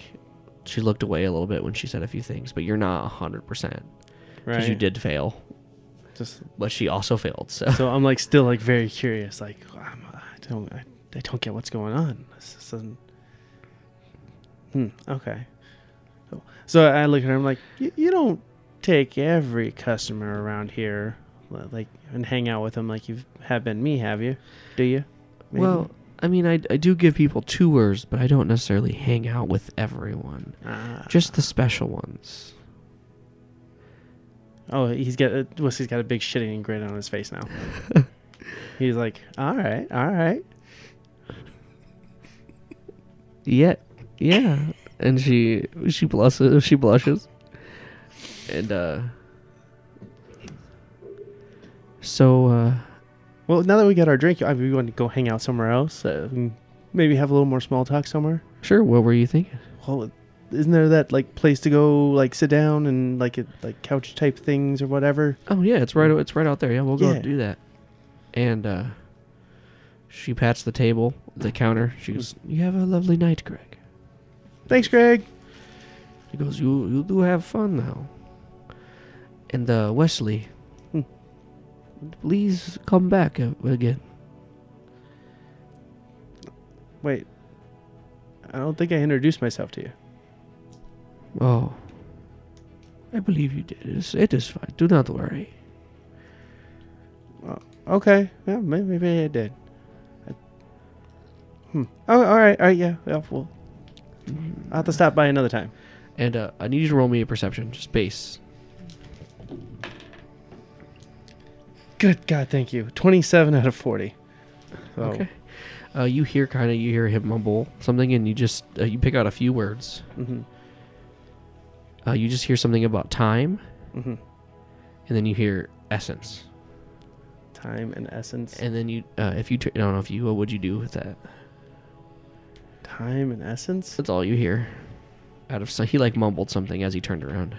she looked away a little bit when she said a few things, but you're not 100% because Right. you did fail, Just but she also failed. So, so I'm like still like very curious. Like I'm, uh, I don't I, I don't get what's going on. This is an- hmm. Okay. So- So I look at her. I'm like, "Y- you don't take every customer around here, li- like and hang out with them like you have been me, have you? Do you? Maybe? well, I mean, I, I do give people tours, but I don't necessarily hang out with everyone, Ah. just the special ones. Oh, he's got uh, Wisky's got a big shitting grin on [LAUGHS] his face now. he's like, all right, all right. Yeah, yeah. And she she blushes. She blushes. And uh. So uh, Well, now that we got our drink, are we going to go hang out somewhere else? Uh, mm, maybe have a little more small talk somewhere. sure. What were you thinking? Well, isn't there that like place to go, like sit down and like it, like couch type things or whatever? Oh yeah, it's right. It's right out there. Yeah, we'll go Yeah. do that. And uh, she pats the table, the counter. She goes, "You have a lovely night, Greg." Thanks, Greg. He goes, "You you do have fun now." And uh, Wesley, Hmm. please come back uh, again. Wait, I don't think I introduced myself to you. Oh, I believe you did. It's, it is fine. Do not worry. Okay, yeah, maybe, maybe I did. I- Hmm. Oh, all right, all right, yeah, yeah. Well, I'll have to stop by another time. And uh, I need you to roll me a perception, just base. Good God, thank you. 27 out of 40. So, Okay. Uh, you hear kind of you hear him mumble something, and you just uh, you pick out a few words. mhm, Uh, you just hear something about time, mhm. and then you hear essence, Time and essence. and then you uh, if you t- I don't know if you what would you do with that? time and essence? That's all you hear. Out of so he like mumbled something as he turned around.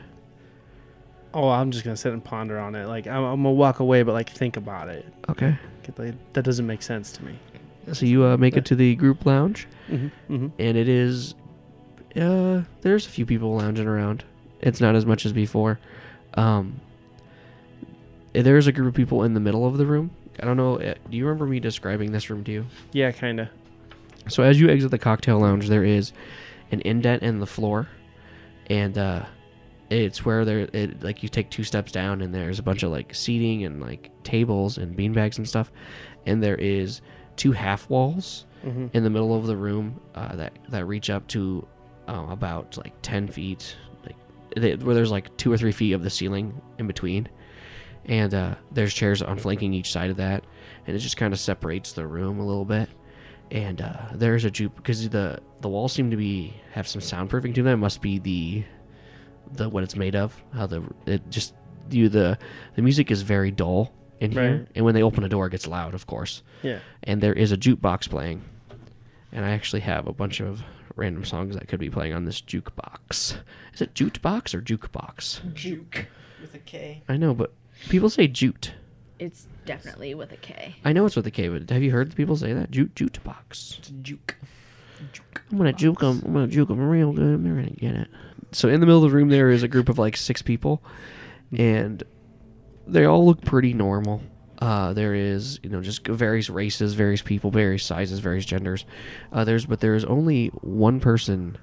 Oh, I'm just going to sit and ponder on it. Like, I'm, I'm going to walk away, but, like, think about it. Okay. Get the- that doesn't make sense to me. So you uh, make it to the group lounge. Mm-hmm. Mm-hmm. and it is uh there's a few people lounging around it's not as much as before um there's a group of people in the middle of the room i don't know uh, do you remember me describing this room to you Yeah, kind of. so as you exit the cocktail lounge there is an indent in the floor and uh it's where there it like you take two steps down and there's a bunch of like seating and like tables and beanbags and stuff and there is two half walls Mm-hmm. in the middle of the room uh, that that reach up to um, about like ten feet, like they, where there's like two or three feet of the ceiling in between, and uh, there's chairs on flanking each side of that, and it just kind of separates the room a little bit. And uh, there's a juke because the the walls seem to be have some soundproofing to them. It must be the the what it's made of. How the it just you the the music is very dull in here, Right. and when they open a door, it gets loud, of course Yeah. and there is a jukebox playing. And I actually have a bunch of random songs that could be playing on this jukebox. Is it jukebox or jukebox? Juke with a K. I know, but people say jute. It's definitely with a K. I know it's with a K, but have you heard people say that? Jute jukebox. It's a juke. Juke. I'm gonna juke him. I'm gonna juke him real good. I'm gonna get it. So in the middle of the room, there is a group of like six people, and they all look pretty normal. Uh, there is, you know, just various races, various people, various sizes, various genders. Uh, there's, but there is only one person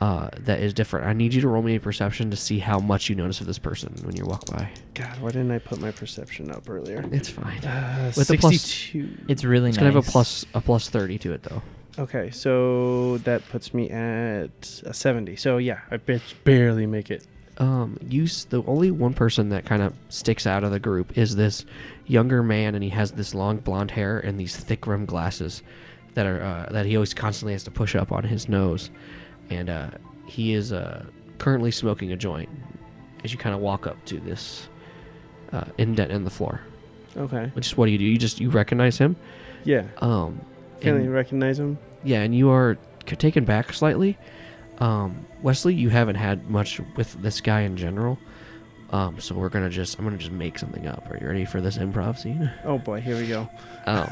uh, that is different. I need you to roll me a perception to see how much you notice of this person when you walk by. God, why didn't I put my perception up earlier? It's fine. Uh, With a plus- 62. It's really It's nice. gonna have a plus a plus thirty to it though. okay, so that puts me at a 70. So yeah, I ba- barely make it. um you s- the only one person that kind of sticks out of the group is this younger man and he has this long blonde hair and these thick rimmed glasses that are uh, that he always constantly has to push up on his nose and uh he is uh currently smoking a joint as you kind of walk up to this uh, indent in the floor Okay. which is what do you do you just you recognize him Yeah. um Can I and- recognize him? yeah, and you are c- taken back slightly. Um, Wesley, you haven't had much with this guy in general, um, so we're gonna just I'm gonna just make something up. Are you ready for this improv scene? Oh boy, here we go. Oh,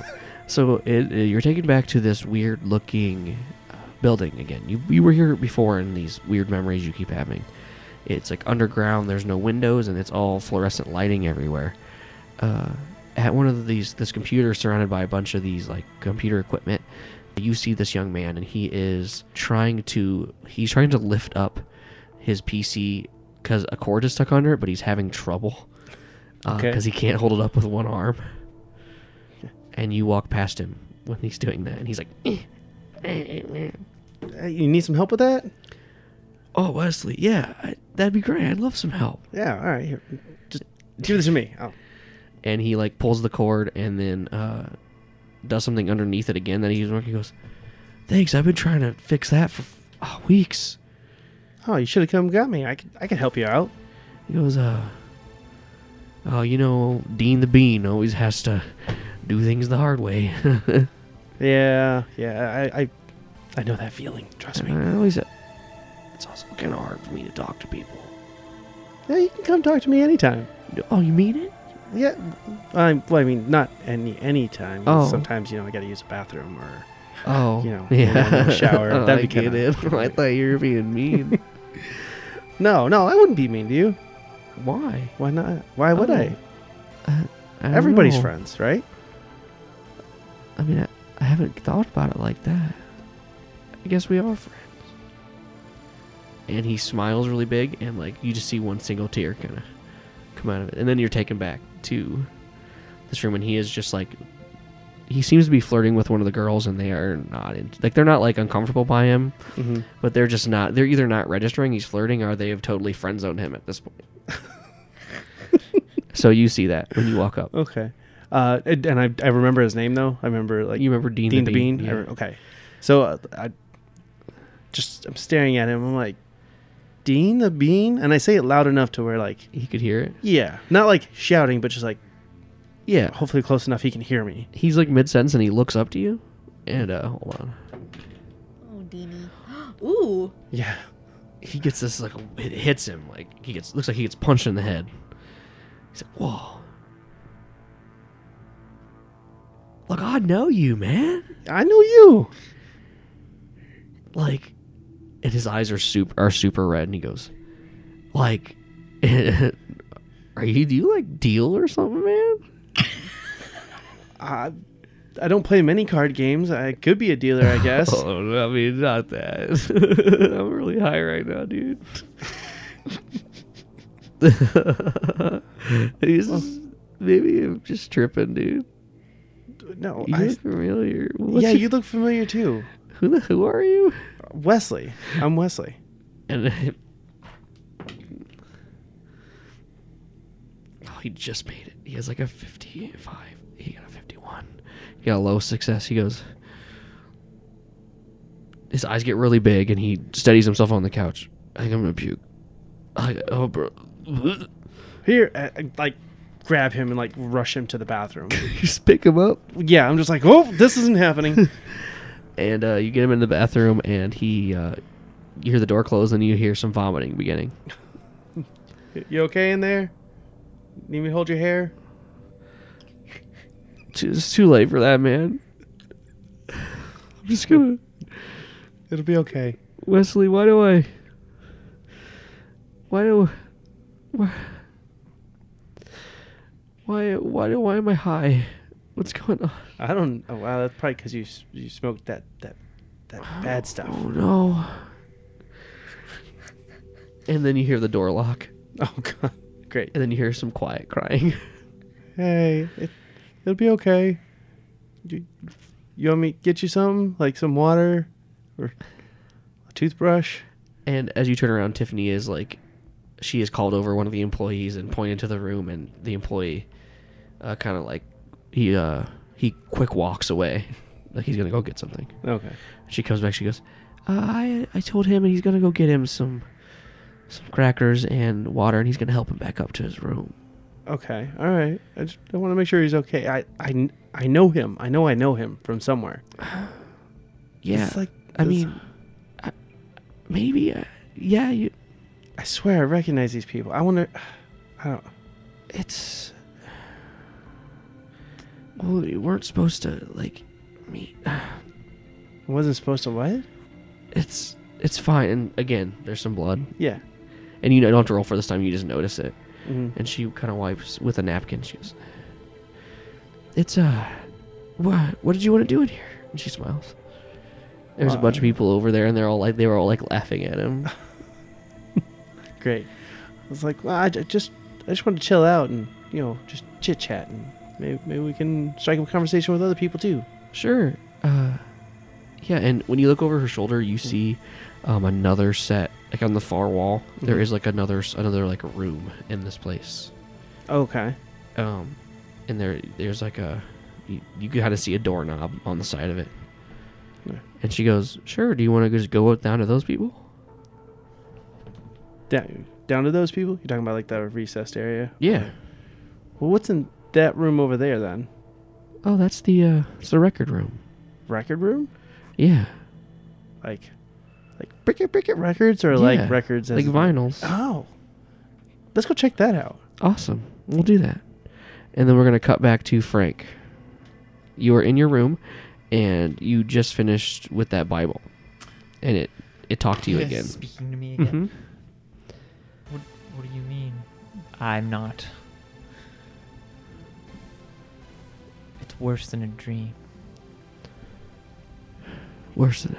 so it, it- you're taken back to this weird looking uh, building again. You you were here before, and these weird memories you keep having. It's like underground. There's no windows, and it's all fluorescent lighting everywhere. Uh, at one of these, this computer surrounded by a bunch of these like computer equipment. You see this young man, and he is trying to he's trying to lift up his PC because a cord is stuck under it, but he's having trouble because Okay. he can't hold it up with one arm. And you walk past him when he's doing that, and he's like, Uh, you need some help with that? "Oh, Wesley, yeah, I, that'd be great. I'd love some help." Yeah, all right. Here. Just give this to me. Oh. and he like pulls the cord and then uh, does something underneath it again that he's working. He goes, "Thanks, I've been trying to fix that for uh, weeks." Oh, you should have come and got me. I could, I could help you out. He goes, "Uh, oh, you know, Dean the Bean always has to do things the hard way. [LAUGHS] Yeah, yeah. I, I, I know that feeling. Trust me. I always, it's also kind of hard for me to talk to people. Yeah, you can come talk to me anytime. Oh, you mean it? Yeah, I, well, I mean, not any any time. Oh. Sometimes you know I got to use a bathroom or Oh, You know, in the [LAUGHS] shower. Oh, That'd I be kinda- get it. I thought you were being mean. no, no. I wouldn't be mean to you. [LAUGHS] Why? Why not? Why would Oh, I? I don't Everybody's know. friends, right? I mean, I, I haven't thought about it like that. I guess we are friends. And he smiles really big, and like you just see one single tear kind of come out of it, and then you're taken back to this room, and he is just like, he seems to be flirting with one of the girls, and they are not in, like they're not like uncomfortable by him, Mm-hmm. but they're just not. They're either not registering he's flirting, or they have totally friend zoned him at this [LAUGHS] point. so you see that when you walk up. Okay. Uh, and and I, I remember his name though. I remember like You remember Dean, Dean the the Bean. yeah. I re- okay. So uh, I just I'm staring at him. I'm like, Dean the Bean, and I say it loud enough to where like, He could hear it. yeah, not like shouting, but just like Yeah. hopefully close enough he can hear me. he's like mid sentence and he looks up to you and uh hold on Oh, [GASPS] Deanie. Ooh. Yeah. he gets this like it hits him like he gets looks like he gets punched in the head he's like whoa look i know you man I know you. like and his eyes are super are super red and he goes like [LAUGHS] are you do you like deal or something man I, I don't play many card games. I could be a dealer, I [LAUGHS] [LAUGHS] guess. oh, i mean not that [LAUGHS] i'm really high right now dude [LAUGHS] He's just- maybe i'm just tripping dude no, you I, look familiar What's yeah, your- you look familiar too. who the who are you Wesley. I'm Wesley. [LAUGHS] and oh he just made it he has like a 55 he got a 51 he got a low success he goes his eyes get really big and he steadies himself on the couch i think i'm gonna puke I, oh bro [LAUGHS] Here, I, I, like, grab him and like rush him to the [LAUGHS] bathroom. you just pick him up yeah, I'm just like, oh, this isn't [LAUGHS] happening. and uh, you get him in the bathroom and he uh, you hear the door close and you hear some vomiting beginning you okay in there? Need me to hold your hair? [LAUGHS] T- it's too late for that, man. I'm just gonna. It'll be okay. Wesley, why do I? Why do? Why? Why? Why do? Why am I high? What's going on? I don't. Oh wow, that's probably because you s- you smoked that that that bad stuff. Oh no! And then you hear the door lock, Oh god, great. and then you hear some quiet crying. [LAUGHS] Hey, it, it'll be okay. You, you want me to get you something like some water or a toothbrush? And as you turn around, Tiffany is like, she has called over one of the employees and pointed to the room, and the employee, uh, kind of like, he uh he quick walks away, like he's gonna go get something. Okay. She comes back. She goes, uh, "I I told him, and he's gonna go get him some some crackers and water, and he's gonna help him back up to his room." Okay. All right. I just I want to make sure he's okay. I, I kn- I know him. I know I know him from somewhere. Yeah, It's like I this- mean, I, maybe, uh, yeah, you. I swear I recognize these people. I wonder. I don't. It's well, you weren't supposed to like meet. I wasn't supposed to what? It's it's fine. And again, there's some blood, Yeah. and you don't have to roll for this time. You just notice it. Mm. and she kind of wipes with a napkin. She goes, "It's uh, what what did you want to do in here?" And she smiles. There's a bunch of people over there, and they're all like they were all like laughing at him. Great. I was like, well, I ju- just I just want to chill out and you know just chit chat and maybe maybe we can strike up a conversation with other people too. sure. Uh, yeah. And when you look over her shoulder, you see um, another set like on the far wall. There Mhm. is like another s- another like room in this place. Okay. Um, and there there's like a you, you kind of see a doorknob on the side of it. Yeah. And she goes, "Sure. Do you want to just go up down to those people?" Down down to those people. You're talking about like the recessed area. Yeah. Well, what's in that room over there then? Oh, that's the uh, it's the record room. Record room? Yeah, Like like brick it brick it records or like Yeah, records as like in- vinyls. Oh. Let's go check that out. Awesome. We'll do that. And then we're gonna cut back to Frank. You are in your room, and you just finished with that Bible, and it it talked to you Yes, again. Speaking to me again. hmm What, what do you mean? I'm not. It's worse than a dream. Worse than.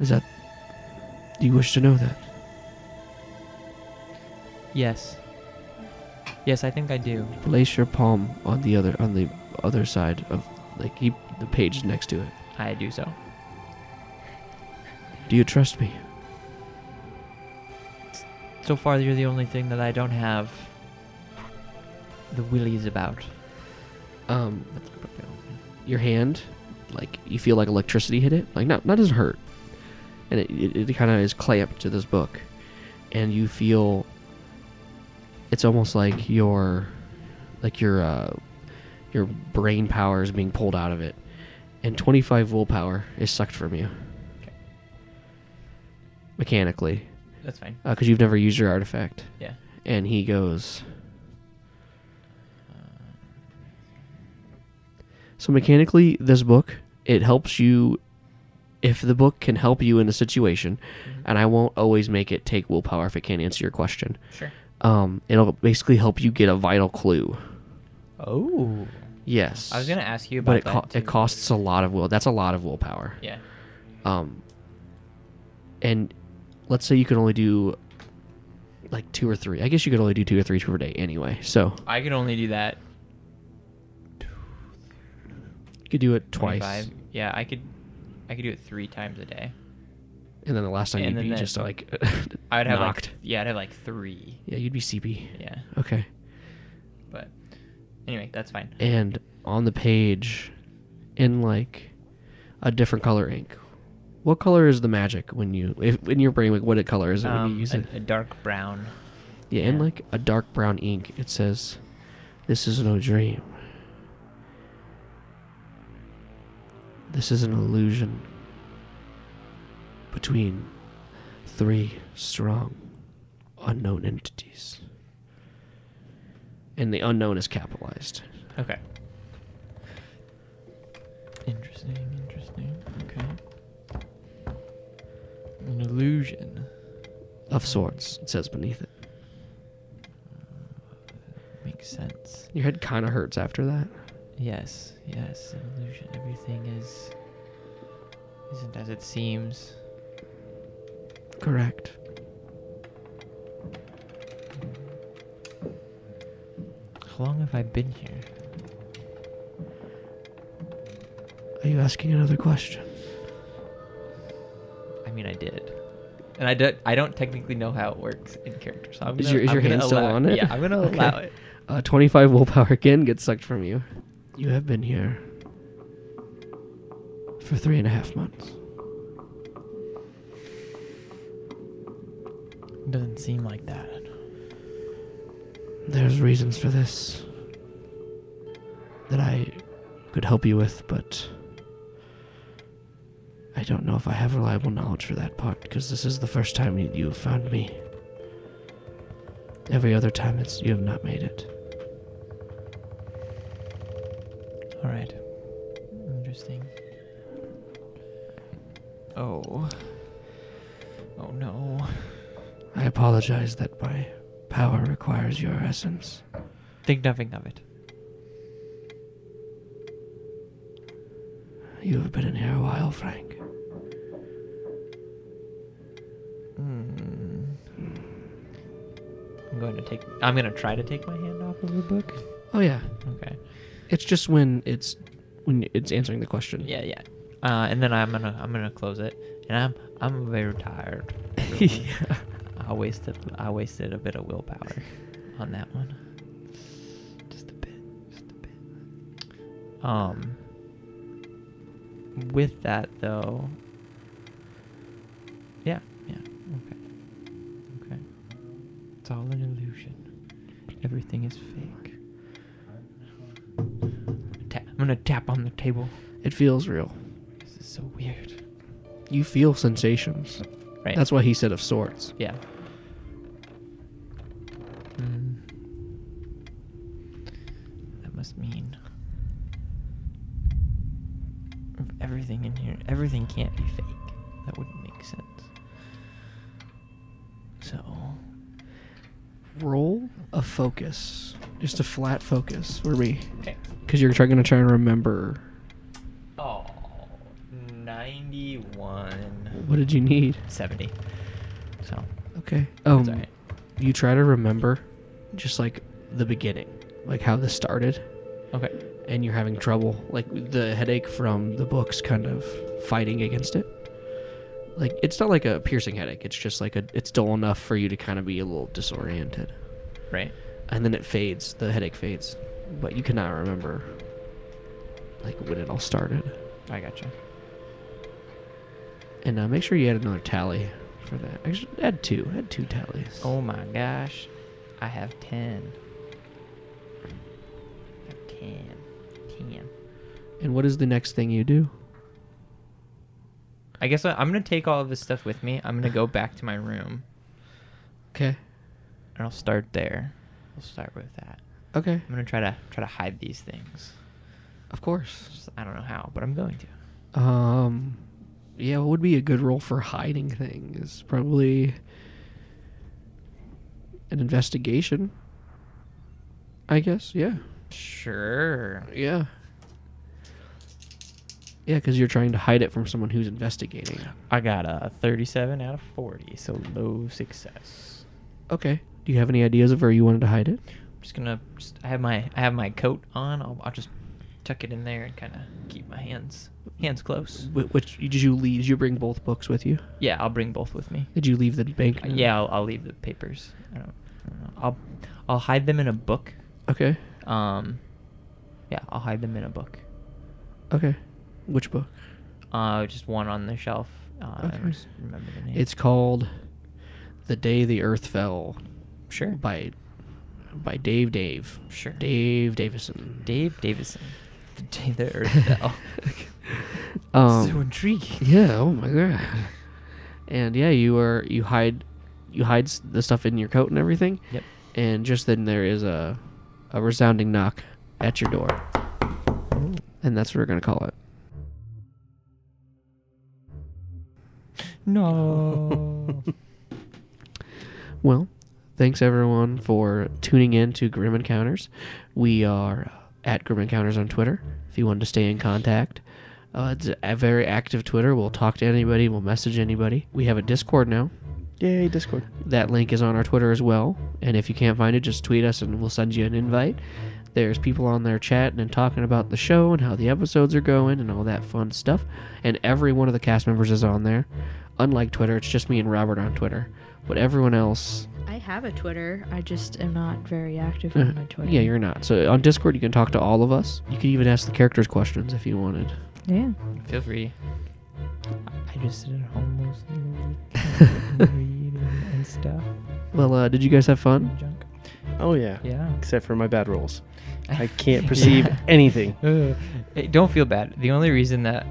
Is that? Do you wish to know that? Yes. Yes, I think I do. Place your palm on the other on the other side of like keep the page next to it. I do so. Do you trust me? So far, you're the only thing that I don't have the willies about. Um, your hand, like you feel like electricity hit it. Like not, not doesn't hurt, and it it, it kind of is clamped to this book, and you feel. It's almost like your, like your, uh, your brain power is being pulled out of it, and twenty five willpower is sucked from you. Okay. Mechanically, That's fine. because you've never used your artifact, Yeah. and he goes. So mechanically, this book it helps you. If the book can help you in a situation, Mm-hmm. and I won't always make it take willpower if it can't answer your question. Sure. Um, it'll basically help you get a vital clue. Oh. Yes, I was gonna ask you about but it that. co- too. it costs a lot of will. That's a lot of willpower. Yeah. Um, and let's say you can only do like two or three. I guess you could only do two or three per day anyway. So I could only do that you could do it twice, 25. Yeah, I could. I could do it three times a day. and then the last time And you'd then be that- just like I would have knocked. like yeah, [LAUGHS] I'd have like three. yeah, you'd be CP. Yeah, Okay. but anyway, that's fine. and on the page in like a different color ink. What color is the magic when you if in your brain like what color is it when you Um, use a, it? a dark brown. yeah, in yeah. like a dark brown ink it says this is no dream. This is an illusion between three strong unknown entities. And the unknown is capitalized. Okay. Interesting. Interesting. Okay. An illusion. of sorts, it says beneath it. Makes sense. Your head kind of hurts after that. Yes, yes, an illusion. Everything is isn't as it seems. Correct. How long have I been here? Are you asking another question? I mean, I did. And I don't, I don't technically know how it works in character, so I'm Is gonna, your- is I'm your gonna hand still allow- on it? Yeah, I'm gonna [LAUGHS] Okay. allow it. Uh, 25 willpower again gets sucked from you. You have been here for three and a half months. Doesn't seem like that. There's reasons for this that I could help you with, but I don't know if I have reliable knowledge for that part because this is the first time you, you have found me. Every other time, it's you have not made it. All right. Interesting. Oh. Oh no. I apologize that my power requires your essence. Think nothing of it. You have been in here a while, Frank. Hmm. I'm going to take. I'm going to try to take my hand off of the book. Oh yeah, Okay. It's just when it's when it's answering the question. Yeah, yeah. Uh, and then I'm gonna I'm gonna close it, and I'm I'm very tired. I wasted I wasted a bit of willpower on that one. Just a bit, just a bit. Um. With that though. Yeah, yeah. Okay. Okay. It's all an illusion. Everything is fake. Ta- I'm gonna tap on the table. It feels real. This is so weird. You feel sensations. Right. That's why he said of sorts. yeah. Hmm. That must mean everything in here. Everything can't be fake. That wouldn't make sense. So Roll a focus, just a flat focus for me, okay. because you're trying to try and remember Oh, 91. what did you need. 70. So Okay. Um, it's all right. you try to remember, just like the beginning, like how this started, Okay. and you're having trouble, like the headache from the books, kind of fighting against it. Like it's not like a piercing headache. It's just like a. It's still enough for you to kind of be a little disoriented. Right. and then it fades the headache fades but you cannot remember like when it all started I gotcha. and uh, make sure you add another tally for that actually add two add two tallies Oh my gosh. I have 10. I have 10. 10. and what is the next thing you do I guess I, I'm going to take all of this stuff with me. I'm going to go back to my room okay and I'll start there. We'll start with that. okay I'm going to try to try to hide these things. of course Just- I don't know how, but I'm going to. um yeah what would be a good role for hiding things probably an investigation i guess yeah Sure. yeah yeah because you're trying to hide it from someone who's investigating I got a 37 out of 40, so low success. Okay. Do you have any ideas of where you wanted to hide it? I'm just going to just I have my I have my coat on. I'll, I'll just tuck it in there and kind of keep my hands hands close. Which, which did you leave? Did you bring both books with you? Yeah, I'll bring both with me. Did you leave the bank? Uh, yeah, I'll, I'll leave the papers. I don't, I don't know. I'll I'll hide them in a book. Okay. Um, yeah, I'll hide them in a book. Okay. Which book? Uh, just one on the shelf. Uh, I Okay. don't s- remember the name. It's called "The Day the Earth Fell" sure by by Dave Dave sure Dave Dave, Davison. Dave Davison. [LAUGHS] The day the earth [LAUGHS] fell. so Um. intriguing. Yeah. Oh my god. And yeah, you are you hide you hide s- the stuff in your coat and everything. Yep. And just then there is a a resounding knock at your door, and that's what we're gonna call it. [LAUGHS] No. Well, thanks everyone for tuning in to Grim Encounters. We are uh, at Grim Encounters on Twitter if you want to stay in contact. Uh, it's a very active Twitter. We'll talk to anybody, we'll message anybody. We have a Discord now. [LAUGHS] Yay, Discord. That link is on our Twitter as well. And if you can't find it, just tweet us and we'll send you an invite. There's people on there chatting and talking about the show and how the episodes are going and all that fun stuff. And every one of the cast members is on there. Unlike Twitter, it's just me and Robert on Twitter. But everyone else, I have a Twitter. I just am not very active on my Twitter. Mm-hmm. yeah, you're not. So on Discord, you can talk to all of us. You could even ask the characters questions if you wanted. yeah. Feel free. I- I just sit at home most of the [LAUGHS] week, reading and stuff. Well, uh, did you guys have fun? Junk. Oh, yeah. Yeah. Except for my bad [LAUGHS] rolls. I can't perceive [LAUGHS] anything. Ugh. Hey, don't feel bad. The only reason that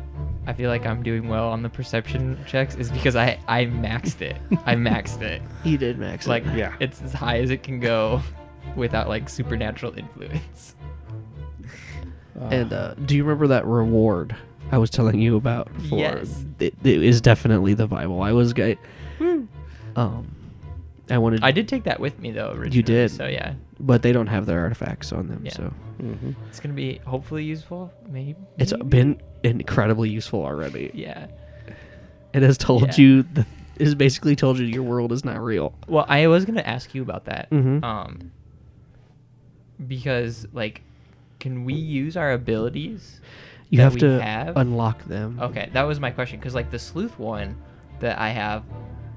I feel like I'm doing well on the perception checks is because I I maxed it. I [LAUGHS] maxed it. He did, Max. It's like Yeah. it's as high as it can go [LAUGHS] without like supernatural influence. And uh, do you remember that reward I was telling you about? For Yes. it, it is definitely the Bible. I was gay. Um, I wanted. I did take that with me though originally. did. So yeah, but they don't have their artifacts on them, Yeah. so hmm Mm-hmm. it's gonna be hopefully useful. Maybe it's been incredibly useful already. yeah. It has told Yeah. you. The, it has basically told you your world is not real. Well, I was gonna ask you about that. Mhm. Um, because like, can we use our abilities? You that have we to have? unlock them. Okay, that was my question. Because like the sleuth one that I have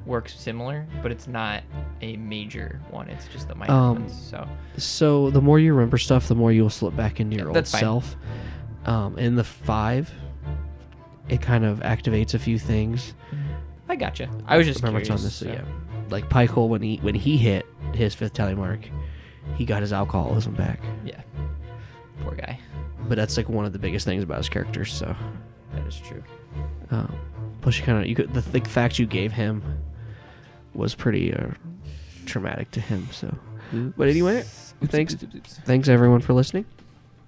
works similar, but it's not a major one. It's just the minor Um, ones. So So the more you remember stuff, the more you'll slip back into your Yeah, old that's fine. self. Um, in the five, it kind of activates a few things. I gotcha. I was just remember curious. it's on this. so- Yeah, like Pykel when he when he hit his fifth tally mark, he got his alcoholism back. yeah. Poor guy. But that's like one of the biggest things about his character. So, That is true. um, plus you kind of you could, the thick fact you gave him was pretty uh, traumatic to him. So, but anyway, thanks thanks everyone for listening.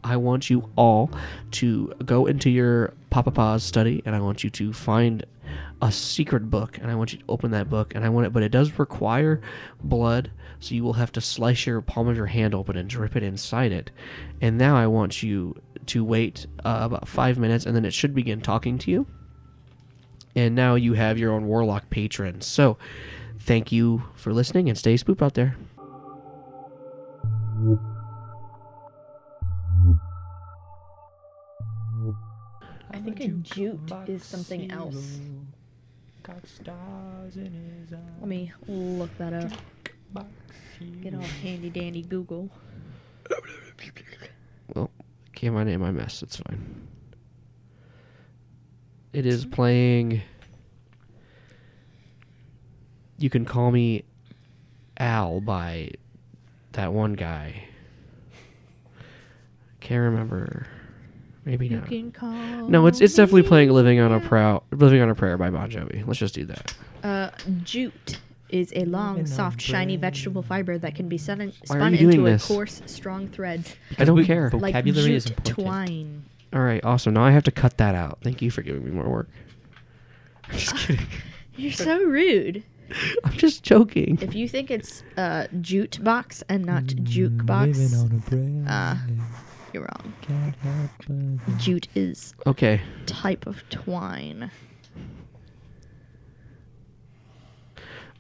I want you all to go into your Papa Pa's study and I want you to find a secret book and I want you to open that book and I want it but it does require blood so you will have to slice your palm of your hand open and drip it inside it. And now I want you to wait uh, about 5 minutes and then it should begin talking to you. And now you have your own warlock patron. So, thank you for listening and stay spoop out there. I think a jute is something else. Let me look that up. Get all handy dandy Google. Well, can't my name, I mess. It's fine. It is playing. You can call me Al by that one guy. Can't remember. Maybe You not. can call. No, it's it's definitely me. playing "Living on a Prow Living on a Prayer" by Bon Jovi. Let's just do that. Uh, jute is a long, soft, shiny vegetable fiber that can be spun, are spun you doing into a this? coarse, strong thread, I don't care. like Vocabulary is jute important. twine. All right, awesome. Now I have to cut that out. Thank you for giving me more work. Just kidding. [LAUGHS] You're so rude. [LAUGHS] I'm just joking. If you think it's uh, jute box and not juke box, uh, you're wrong. Jute is Okay. type of twine.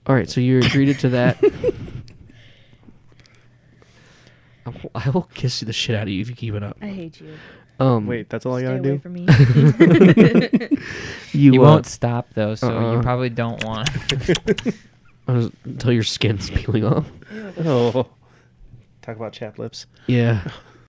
All right, so you're treated to [LAUGHS] that. I will- I will kiss the shit out of you if you keep it up. I hate you. Um, Wait, that's all I Stay gotta away do? [LAUGHS] from me. [LAUGHS] you, He uh, won't stop though, so uh-uh. you probably don't [LAUGHS] want. uh, until your skin's peeling off. Oh. Talk about chap lips. [LAUGHS] Yeah.